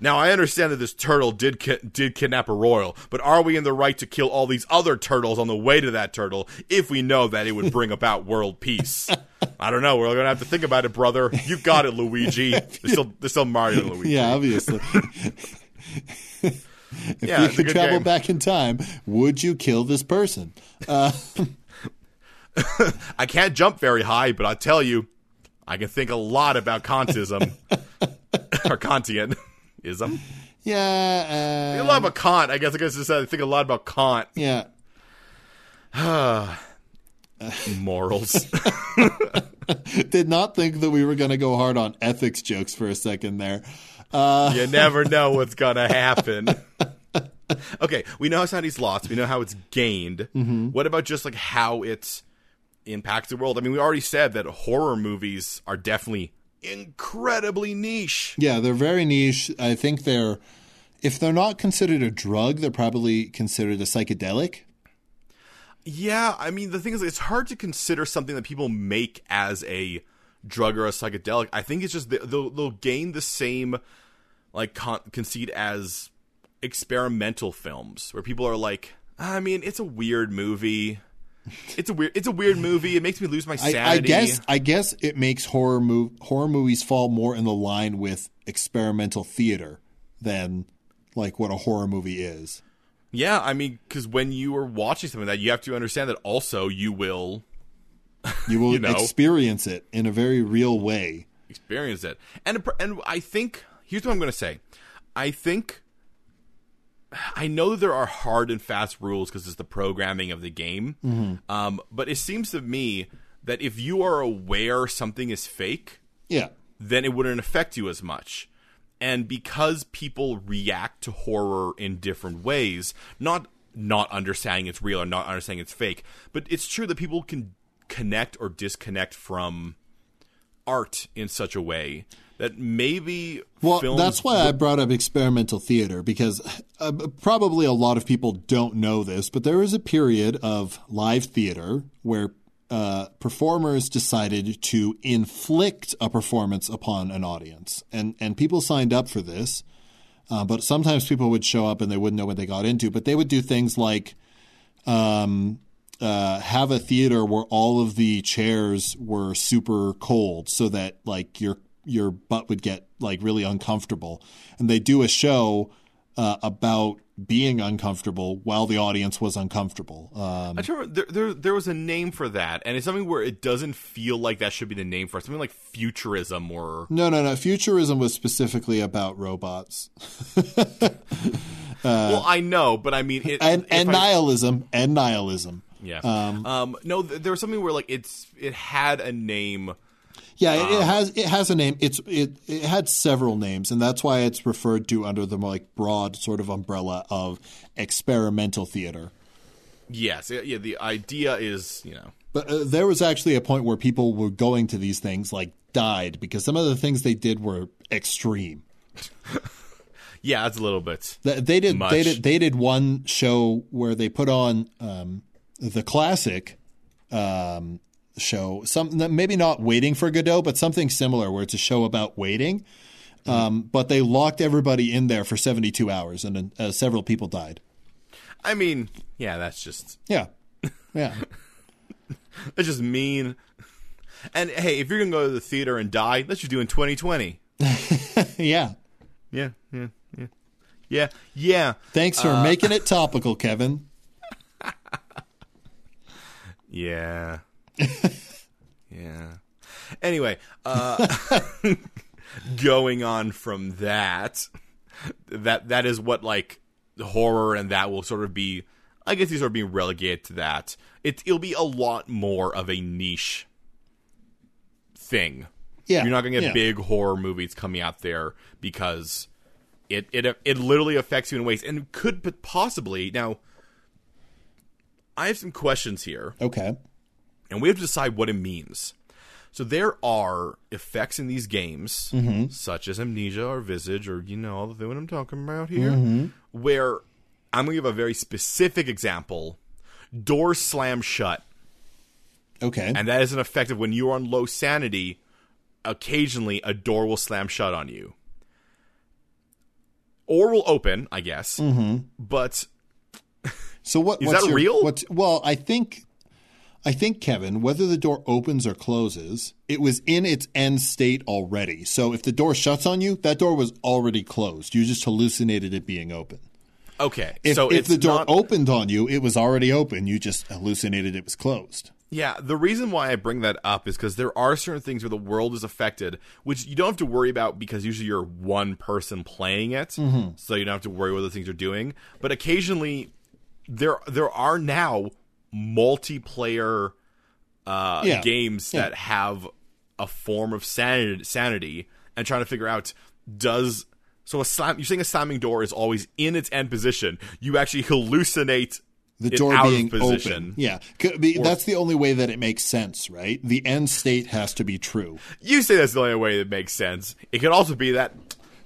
Now I understand that this turtle did ki- did kidnap a royal, but are we in the right to kill all these other turtles on the way to that turtle if we know that it would bring about world peace? I don't know. We're gonna have to think about it, brother. You got it, Luigi. There's still there's still Mario and Luigi. yeah, obviously. if Yeah, you it's a could good travel game. back in time, would you kill this person? I can't jump very high, but I tell you, I can think a lot about Kantism or Kantianism. Yeah. I Uh, love a Kant. I guess I guess I said I think a lot about Kant. yeah. morals. Did not think that we were going to go hard on ethics jokes for a second there. Uh, you never know what's gonna happen. okay, we know how sanity's lost. We know how it's gained. What about just like how it impacts the world? I mean, we already said that horror movies are definitely incredibly niche. Yeah, they're very niche. I think they're, if they're not considered a drug, they're probably considered a psychedelic. Yeah, I mean, the thing is, it's hard to consider something that people make as a drug or a psychedelic. I think it's just th- they'll, they'll gain the same like con- conceit as experimental films, where people are like, "Ah, I mean, it's a weird movie. It's a weird. It's a weird movie. It makes me lose my sanity. I, I guess I guess it makes horror move horror movies fall more in the line with experimental theater than like what a horror movie is. Yeah, I mean, because when you are watching something like that, you have to understand that also you will You will You know. experience it in a very real way. experience it. And and I think here's what I'm going to say. I think I know there are hard and fast rules because it's the programming of the game. Um, but it seems to me that if you are aware something is fake, Yeah. then it wouldn't affect you as much. And because people react to horror in different ways, not not understanding it's real or not understanding it's fake, but it's true that people can connect or disconnect from art in such a way that maybe Well, films that's why I brought up experimental theater because uh, probably a lot of people don't know this, but there was a period of live theater where uh, performers decided to inflict a performance upon an audience, and and people signed up for this. Uh, but sometimes people would show up and they wouldn't know what they got into, but they would do things like uh, have a theater where all of the chairs were super cold so that like your your butt would get like really uncomfortable and they do a show uh, about being uncomfortable while the audience was uncomfortable um, I remember there, there there was a name for that, and it's something where it doesn't feel like that should be the name for it. Something like futurism or no no no futurism was specifically about robots well, I know, but I mean, it, Uh, and if and I- nihilism and nihilism yeah, um, no, th- there was something where like it's it had a name. Yeah, it, it has it has a name. It's it it had several names, and that's why it's referred to under the like broad sort of umbrella of experimental theater. Yes, yeah, yeah, the idea is, you know, But uh, there was actually a point where people were going to these things like died because some of the things they did were extreme. yeah, it's a little bit. Th- They did Much. they did they did one show where they put on um, the classic um, show. Some maybe not waiting for Godot, but something similar where it's a show about waiting. Hmm. Um, but they locked everybody in there for seventy two hours, and uh, several people died. I mean, yeah, that's just Yeah, yeah. that's just mean. And hey, if you're gonna go to the theater and die, that's you do in 2020. Yeah. Yeah, yeah, yeah, yeah, yeah, Thanks Uh, for making it topical, Kevin. yeah, yeah. Anyway, uh, going on from that, that that is what like horror and that will sort of be. I guess these are being relegated to that. It, it'll be a lot more of a niche thing Yeah, You're not going to get yeah. big horror movies coming out there because it it it literally affects you in ways and could but possibly now. I have some questions here, Okay. and we have to decide what it means. So there are effects in these games, Mm-hmm. such as amnesia or visage, or you know all the thing what I'm talking about here, Mm-hmm. where I'm going to give a very specific example: door slam shut. Okay. And that is an effect of when you are on low sanity, occasionally a door will slam shut on you. Or will open, I guess. Mm-hmm. But So what Is what's that your- real? What's, well, I think, I think Kevin, whether the door opens or closes, it was in its end state already. So if the door shuts on you, that door was already closed. You just hallucinated it being open. okay. If, so if it's the door not, opened on you, it was already open. You just hallucinated it was closed. Yeah, the reason why I bring that up is because there are certain things where the world is affected, which you don't have to worry about because usually you're one person playing it, Mm-hmm. so you don't have to worry what the things are doing. But occasionally, there there are now multiplayer uh, Yeah. games that have a form of sanity, sanity, and trying to figure out does So a slam, you saying a slamming door is always in its end position. You actually hallucinate the It's door out of being position. open. Yeah, C- be- that's the only way that it makes sense, right? The end state has to be true. You say that's the only way that makes sense. It could also be that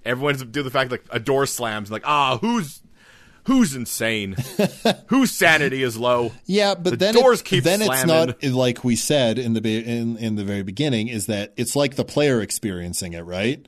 everyone's due to the fact like a door slams, like ah, who's who's insane, whose sanity is low. Yeah, but The then doors it, keep then it's slamming. not like we said in the be- in in the very beginning is that it's like the player experiencing it, right?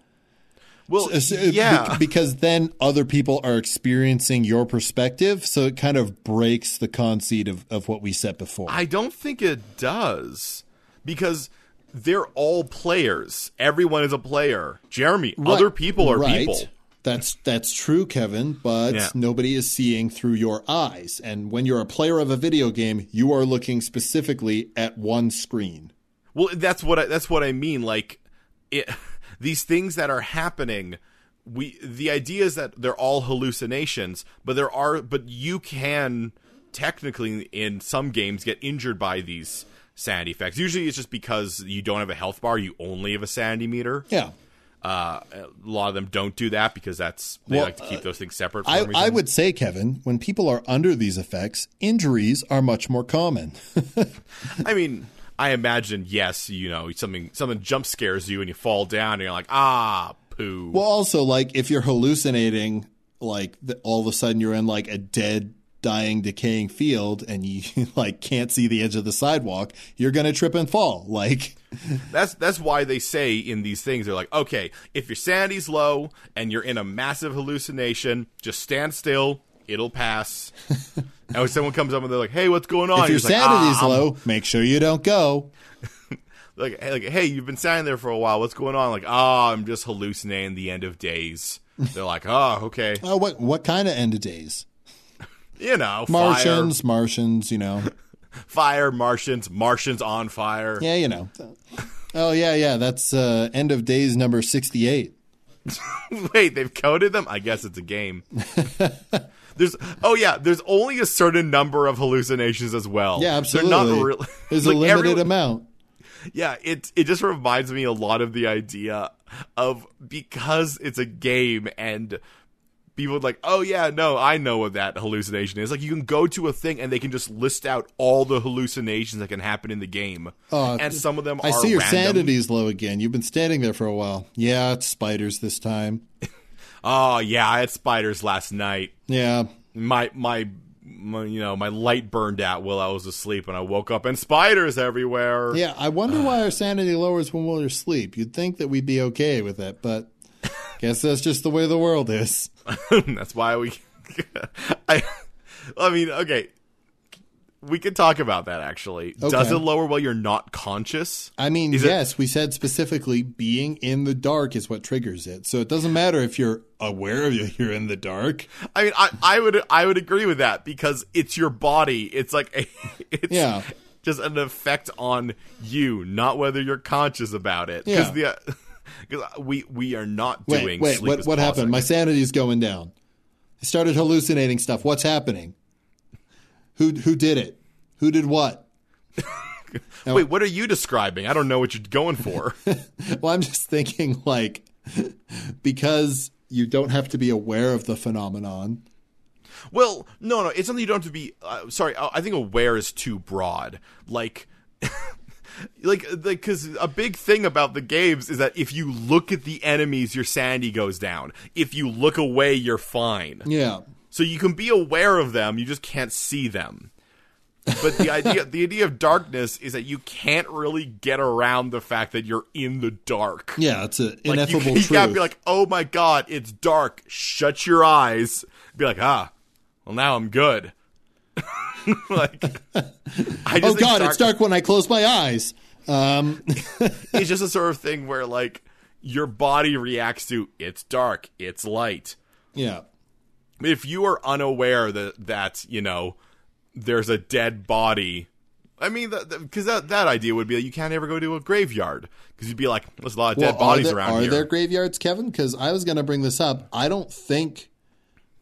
Well, It's- it- yeah, bec- because then other people are experiencing your perspective, so it kind of breaks the conceit of, of what we said before. I don't think it does because they're all players. Everyone is a player. Jeremy, other people are Right. people. That's that's true, Kevin, but Yeah. nobody is seeing through your eyes. And when you're a player of a video game, you are looking specifically at one screen. Well, that's what I, that's what I mean. Like it, these things that are happening, we the idea is that they're all hallucinations, but there are but you can technically in some games get injured by these sanity effects. Usually, it's just because you don't have a health bar; you only have a sanity meter. Yeah. Uh, a lot of them don't do that because that's they Well, like to keep those things separate. For I, some reason. I would say, Kevin, when people are under these effects, injuries are much more common. I mean, I imagine yes, you know, something something jump scares you and you fall down and you're like ah poo. Well, also, like if you're hallucinating, like the, all of a sudden you're in like a dead, dying, decaying field, and you like can't see the edge of the sidewalk, you're gonna trip and fall. Like, That's that's why they say in these things they're like, okay, if your sanity's low and you're in a massive hallucination, just stand still, it'll pass. and when someone comes up and they're like, hey, what's going on? if your He's like, sanity's "Ah, I'm-" low, make sure you don't go. like, hey, like, hey, you've been standing there for a while. What's going on? Like, ah, I'm just hallucinating the end of days. They're like, oh, okay, Oh, what what kind of end of days? you know, Martians, Martians, you know. fire, fire, Martians, Martians on fire. Yeah, you know. Oh yeah, yeah. That's uh, end of days number sixty-eight. Wait, they've coded them? I guess it's a game. there's oh yeah, there's only a certain number of hallucinations as well. Yeah, They're absolutely. not real- There's like, a limited everyone- amount. Yeah, it it just reminds me a lot of the idea of because it's a game and people are like, "Oh yeah, no, I know what that hallucination is." Like you can go to a thing and they can just list out all the hallucinations that can happen in the game. Oh, and some of them I are see your random. sanity's low again. You've been standing there for a while. Yeah, it's spiders this time. Oh, yeah, I had spiders last night. Yeah. my my, my you know my light burned out while I was asleep, and I woke up and spiders everywhere. Yeah, I wonder why our sanity lowers when we're asleep. You'd think that we'd be okay with it, but guess that's just the way the world is. That's why we. I, I mean, okay, we could talk about that. Actually, does Okay. it lower while you're not conscious? I mean, it- yes, we said specifically being in the dark is what triggers it. So it doesn't matter if you're aware of you- you're in the dark. I mean, I, I would I would agree with that because it's your body. It's like a, it's Yeah. just an effect on you, not whether you're conscious about it. Yeah. Because the. Because we we are not Wait, doing. wait, sleep what, is what pausing. happened? My sanity is going down. I started hallucinating stuff. What's happening? Who who did it? Who did what? Wait, what are you describing? I don't know what you're going for. Well, I'm just thinking like because you don't have to be aware of the phenomenon. well, no, no, it's something you don't have to be. Uh, sorry, I I think aware is too broad. Like, like, because a big thing about the games is that if you look at the enemies, your sanity goes down. If you look away, you're fine. Yeah. So you can be aware of them, you just can't see them. But the idea the idea of darkness is that you can't really get around the fact that you're in the dark. Yeah, it's an Like, you, ineffable you truth. gotta be like, oh my god, it's dark. Shut your eyes. Be like, ah, well now I'm good. like, I just oh think god, it's dark when I close my eyes. Um, It's just a sort of thing where like your body reacts to it's dark, it's light. yeah. If you are unaware that that you know there's a dead body. I mean, because that, that idea would be that you can't ever go to a graveyard because you'd be like, "There's a lot of dead Well, bodies are there, around are here." there graveyards, Kevin? Because I was going to bring this up. I don't think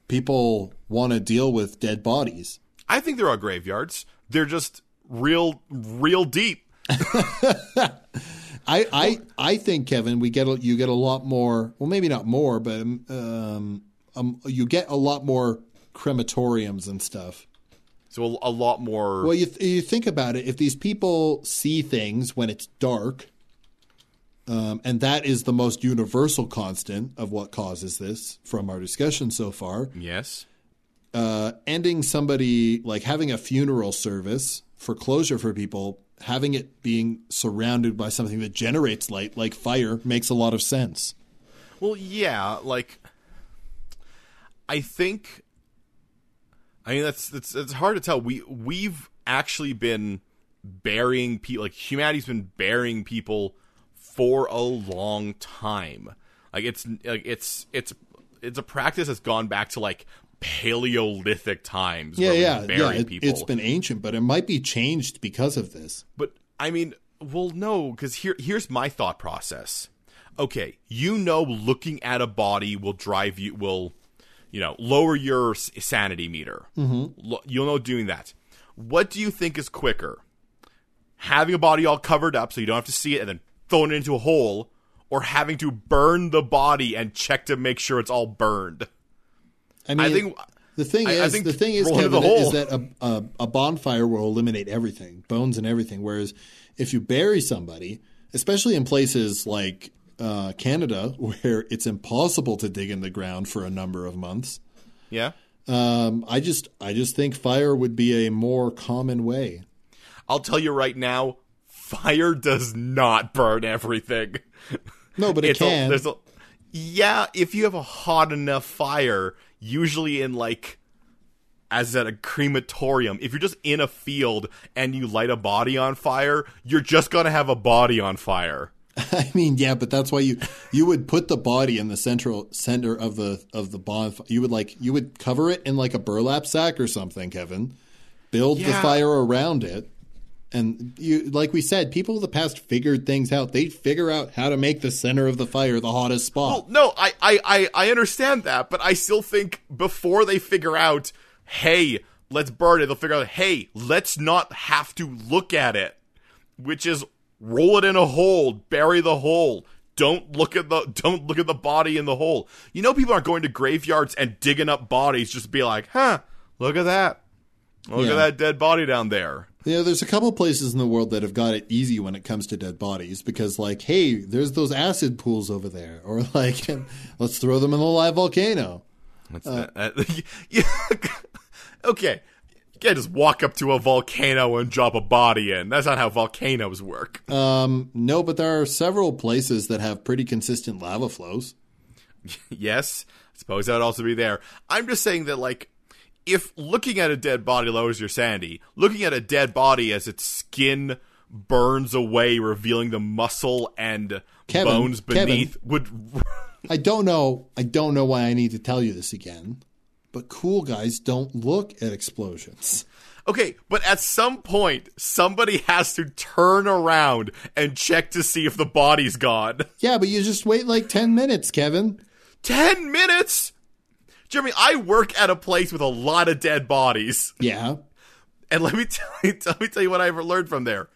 people want to deal with dead bodies. I think there are graveyards. They're just real, real deep. I, I, I think Kevin, we get a, you get a lot more. Well, maybe not more, but um, um, you get a lot more crematoriums and stuff. So a, a lot more. Well, you th- you think about it. If these people see things when it's dark, um, and that is the most universal constant of what causes this from our discussion so far. yes. Uh, ending somebody like having a funeral service for closure for people, having it being surrounded by something that generates light, like fire, makes a lot of sense. Well, yeah, like I think I mean that's that's it's hard to tell. We we've actually been burying people like humanity's been burying people for a long time. Like it's like it's it's it's a practice that's gone back to like Paleolithic times. Yeah, where we yeah, bury yeah. It, people. it's been ancient, but it might be changed because of this. But I mean, well, no, because here here's my thought process. Okay, you know, looking at a body will drive you will, you know, lower your s- sanity meter. Mm-hmm. You'll know doing that. What do you think is quicker, having a body all covered up so you don't have to see it, and then throwing it into a hole, or having to burn the body and check to make sure it's all burned? I mean, I think The thing I- I is, think the thing is, roll into Kevin, the hole. is that a, a, a bonfire will eliminate everything, bones and everything. Whereas if you bury somebody, especially in places like uh, Canada, where it's impossible to dig in the ground for a number of months, yeah. um, I just I just think fire would be a more common way. I'll tell you right now, fire does not burn everything. No, but it it's can. A, there's a, yeah, if you have a hot enough fire, usually in like as at a crematorium, if you're just in a field and you light a body on fire, you're just gonna have a body on fire. I mean, yeah, but that's why you you would put the body in the central center of the of the bonfire. You would like you would cover it in like a burlap sack or something, Kevin. Build the Yeah. fire around it, and you like we said, people of the past figured things out. They figure out how to make the center of the fire the hottest spot. Well, no, I, I, I, I understand that, but I still think before they figure out, hey, let's burn it, they'll figure out, hey, let's not have to look at it, which is roll it in a hole, bury the hole. Don't look at the don't look at the body in the hole. You know people aren't going to graveyards and digging up bodies just to be like, huh, look at that. Look Yeah. at that dead body down there. You know, there's a couple places in the world that have got it easy when it comes to dead bodies because, like, hey, there's those acid pools over there, or like, let's throw them in the live volcano. That's Uh, that, that- Uh, yeah, okay. You can't just walk up to a volcano and drop a body in. That's not how volcanoes work. Uh. No, but there are several places that have pretty consistent lava flows. yes, I suppose that would also be there. I'm just saying that, like, if looking at a dead body lowers your sanity, looking at a dead body as its skin burns away, revealing the muscle and Kevin, bones Kevin. beneath, would. I don't know. I don't know why I need to tell you this again, but cool guys don't look at explosions. Okay, but at some point, somebody has to turn around and check to see if the body's gone. Yeah, but you just wait like 10 minutes, Kevin. 10 minutes? Jeremy, I work at a place with a lot of dead bodies. Yeah. And let me tell you, let me tell you what I've learned from there.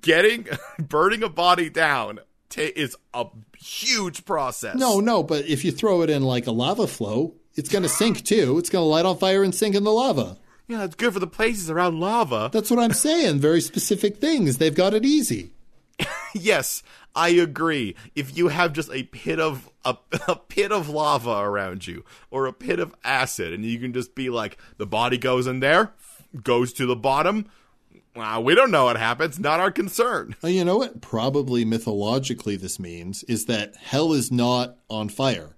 Getting, burning a body down ta is a huge process. No, no, but if you throw it in like a lava flow, it's going to sink too. It's going to light on fire and sink in the lava. Yeah, it's good for the places around lava. That's what I'm saying. Very specific things. They've got it easy. yes, I agree. If you have just a pit of a, a pit of lava around you or a pit of acid, and you can just be like, the body goes in there, goes to the bottom. Well, we don't know what happens. Not our concern. Well, Uh, you know what? Probably mythologically, this means is that hell is not on fire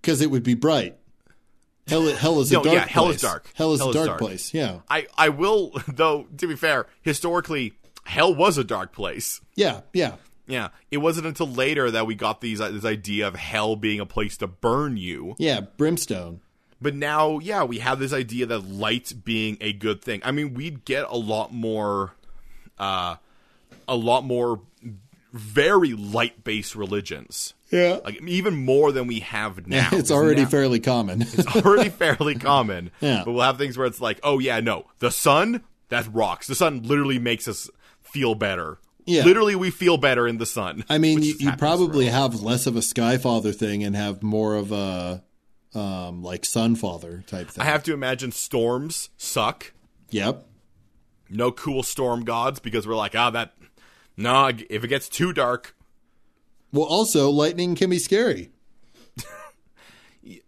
because it would be bright. Hell, hell is a No, dark. yeah, hell is place. dark. Hell is Hell a is dark, dark. place. Yeah, I, I will though. To be fair, historically, hell was a dark place. yeah, yeah. Yeah, it wasn't until later that we got these uh, this idea of hell being a place to burn you. Yeah, brimstone. But now, yeah, we have this idea that light being a good thing. I mean, we'd get a lot more, uh, a lot more very light based religions, Yeah, like even more than we have now. it's already now- fairly common. it's already fairly common. Yeah. But we'll have things where it's like, oh yeah, no, the sun that rocks. The sun literally makes us feel better. Yeah. Literally, we feel better in the sun. I mean, which you, just you happens probably for- have less of a sky father thing and have more of a um, like sun father type thing. I have to imagine storms suck. Yep. No cool storm gods because we're like, ah, that. No, if it gets too dark, Well, also lightning can be scary.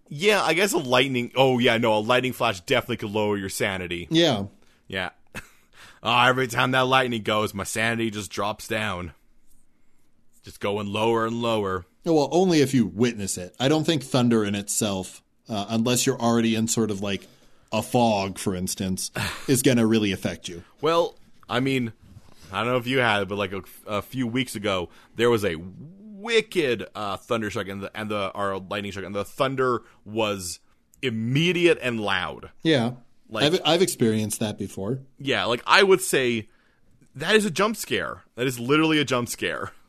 yeah, I guess a lightning. Oh yeah, no, a lightning flash definitely could lower your sanity. Yeah. Yeah. Ah, every time that lightning goes, my sanity just drops down. Just going lower and lower. Well, only if you witness it. I don't think thunder in itself, uh, unless you're already in sort of like a fog, for instance, is going to really affect you. Well, I mean, I don't know if you had it, but like a, a few weeks ago, there was a wicked uh, thunderstruck and the and the our lightning struck, and the thunder was immediate and loud. Yeah. Like- I've, I've experienced that before. Yeah, like I would say that is a jump scare. That is literally a jump scare.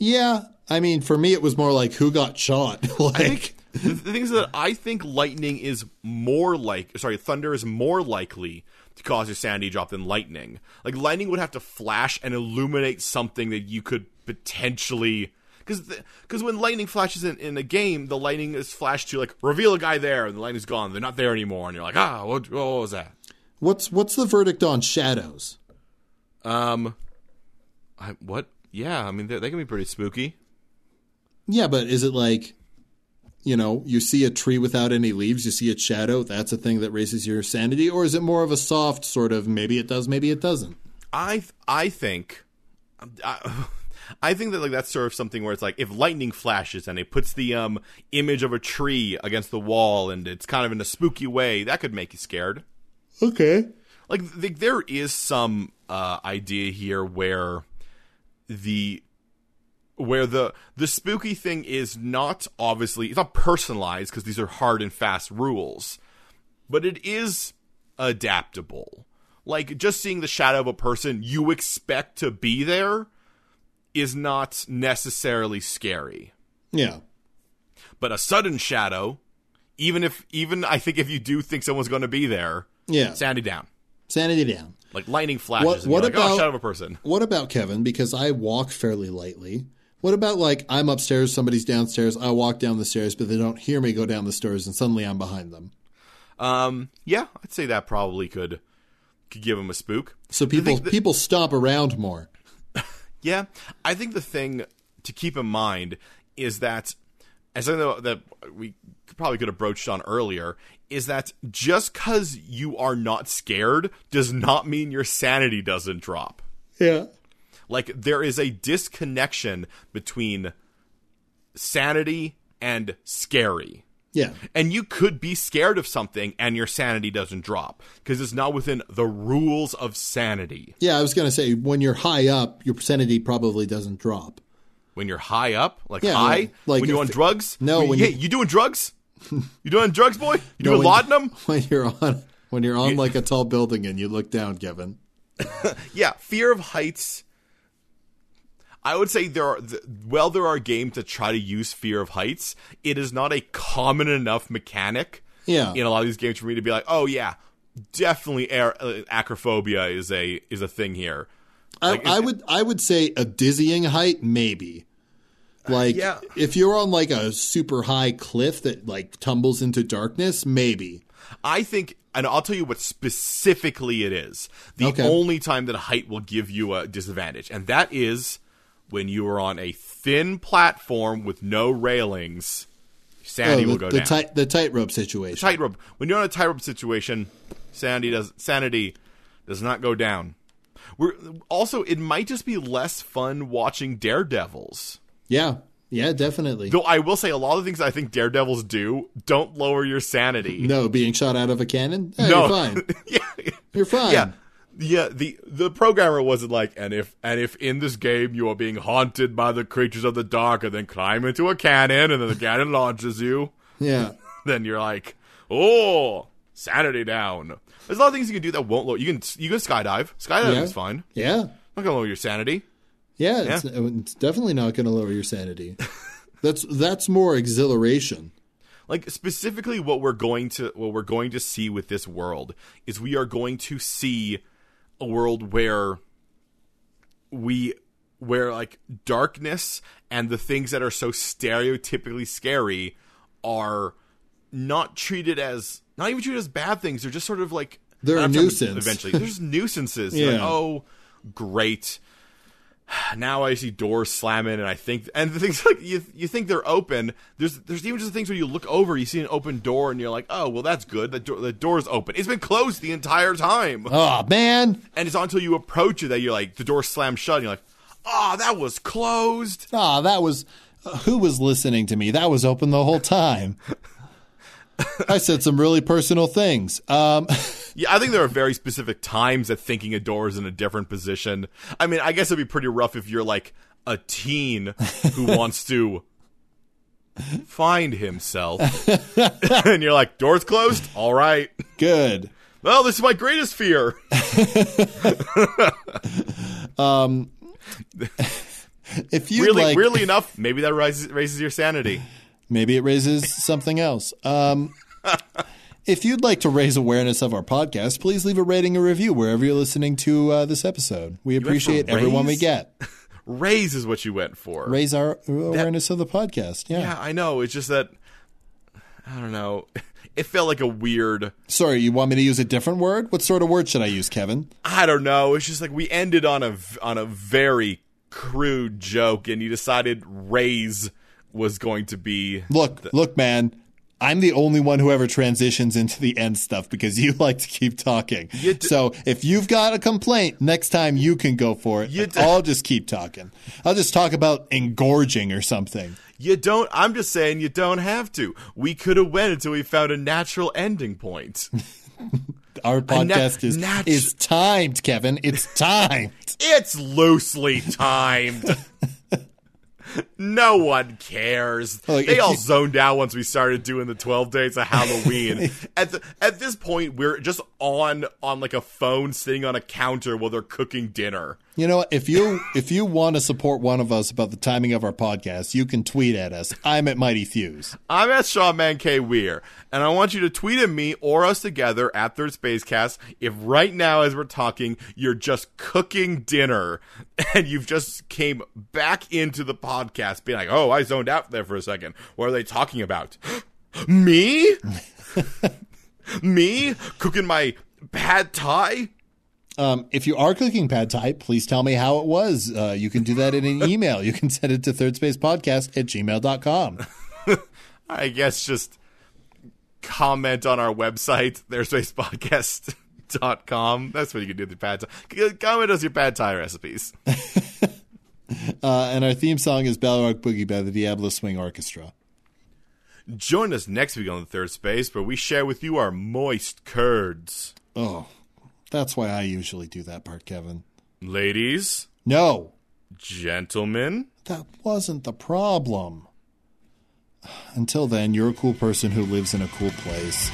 Yeah. I mean, for me, it was more like who got shot. like, the, the things that I think lightning is more like, sorry, thunder is more likely to cause your sanity drop than lightning. Like lightning would have to flash and illuminate something that you could potentially. Because because when lightning flashes in, in a game, the lightning is flashed to like reveal a guy there, and the lightning's gone. They're not there anymore, and you're like, ah, what, what was that? what's what's the verdict on shadows? Um, I, what? Yeah, I mean they, they can be pretty spooky. Yeah, but is it like, you know, you see a tree without any leaves, you see a shadow, that's a thing that raises your sanity, or is it more of a soft sort of maybe it does, maybe it doesn't? I I think I, I think that like that's sort of something where it's like if lightning flashes and it puts the um image of a tree against the wall and it's kind of in a spooky way that could make you scared. Okay. Like th- there is some uh idea here where the where the the spooky thing is not obviously it's not personalized because these are hard and fast rules but it is adaptable like just seeing the shadow of a person you expect to be there is not necessarily scary Yeah. but a sudden shadow even if even i think if you do think someone's going to be there Yeah. sandy down Sanity down. like lightning flashes What- and you're what like oh about- shadow of a person What about Kevin? Because I walk fairly lightly. What about like I'm upstairs, somebody's downstairs, I walk down the stairs, but they don't hear me go down the stairs, and suddenly I'm behind them. um yeah i'd say that probably could could give him a spook So people people stomp around more. Yeah, I think the thing to keep in mind is that, as something that- that we probably could have broached on earlier, is that just because you are not scared does not mean your sanity doesn't drop. Yeah. Like there is a disconnection between sanity and scary. Yeah. And you could be scared of something and your sanity doesn't drop because it's not within the rules of sanity. Yeah, I was gonna say when you're high up, your sanity probably doesn't drop. when you're high up, like Yeah, high, yeah, like when you're on if- drugs. no, when, when yeah, you- you, doing drugs? You doing drugs, boy? You No, doing laudanum? When you're on when you're on like a tall building and you look down, Kevin. Yeah, fear of heights. I would say there are th- well there are games that try to use fear of heights. It is not a common enough mechanic Yeah. in a lot of these games for me to be like, oh yeah, definitely air, uh, acrophobia is a is a thing here. I, I would I would say a dizzying height, maybe. Like yeah. if you're on like a super high cliff that like tumbles into darkness, maybe. I think, and I'll tell you what specifically it is. The Okay. only time that height will give you a disadvantage, and that is when you are on a thin platform with no railings. Sandy Oh, the, will go the down. tight the tightrope situation. tightrope. When you're on a tightrope situation, sanity does sanity does not go down. We're also it might just be less fun watching daredevils. yeah. Yeah, definitely. Though I will say a lot of things I think daredevils do don't lower your sanity. No, being shot out of a cannon? Eh, No. You're fine. yeah. You're fine. Yeah. Yeah, the the programmer wasn't like, and if and if in this game you are being haunted by the creatures of the dark, and then climb into a cannon, and then the cannon launches you, Yeah. then you're like, oh, sanity down. There's a lot of things you can do that won't lower. You can you can skydive. Skydiving Yeah. is fine. Yeah. Not gonna lower your sanity. Yeah, It's, uh, it's definitely not going to lower your sanity. that's that's more exhilaration. like specifically what we're going to what we're going to see with this world is we are going to see a world where we where like darkness and the things that are so stereotypically scary are not treated as not even treated as bad things. They're just sort of like They're a I'm talking- nuisance. Eventually, there's nuisances. Yeah. Like, oh, great. Now I see doors slamming, and I think, and the things like you, you think they're open. There's, there's even just things where you look over, you see an open door, and you're like, oh, well, that's good. The door, the door's open. It's been closed the entire time. Oh man. And it's not until you approach it that you're like, the door slams shut, and you're like, ah, that was closed. Ah, that was who was listening to me. That was open the whole time. I said some really personal things. Um, Yeah, I think there are very specific times that thinking a door is in a different position. I mean, I guess it'd be pretty rough if you're like a teen who wants to find himself. and you're like, door's closed? All right. good. Well, this is my greatest fear. If you Really, like, weirdly enough, maybe that raises, raises your sanity. Maybe it raises something else. Um, if you'd like to raise awareness of our podcast, please leave a rating or review wherever you're listening to uh, this episode. We appreciate everyone we raise? get. Raise is what you went for. Raise our awareness of the podcast. Yeah. Yeah, I know. It's just that, I don't know. It felt like a weird. Sorry, you want me to use a different word? What sort of word should I use, Kevin? I don't know. It's just like we ended on a on a very crude joke, and you decided raise was going to be. Look, look, man. I'm the only one who ever transitions into the end stuff because you like to keep talking. d- so if you've got a complaint, next time you can go for it. You and d- I'll just keep talking. I'll just talk about engorging or something. You don't. I'm just saying you don't have to. We could have went until we found a natural ending point. Our na- podcast is natu- is timed, Kevin. It's timed. it's loosely timed. No one cares. Look, they if all you- zoned out once we started doing the twelve days of Halloween. at the, at this point, we're just on on like a phone, sitting on a counter while they're cooking dinner. You know, what? if you if you want to support one of us about the timing of our podcast, you can tweet at us. I'm at Mighty Fuse. I'm at Shawman K. Weir, and I want you to tweet at me or us together at Third Spacecast if right now, as we're talking, you're just cooking dinner and you've just came back into the podcast being like, oh, I zoned out there for a second. What are they talking about? me? me? Cooking my pad thai? Um, if you are cooking pad thai, please tell me how it was. Uh, you can do that in an email. You can send it to thirdspacepodcast at gmail.com. I guess just comment on our website, theirspacepodcast.com. That's what you can do with your pad thai. Comment us your pad thai recipes. Uh, and our theme song is Balrog Boogie by the Diablo Swing Orchestra. Join us next week on the Third Space, where we share with you our moist curds. Oh, that's why I usually do that part, Kevin. Ladies, No, gentlemen, that wasn't the problem. Until then, you're a cool person who lives in a cool place.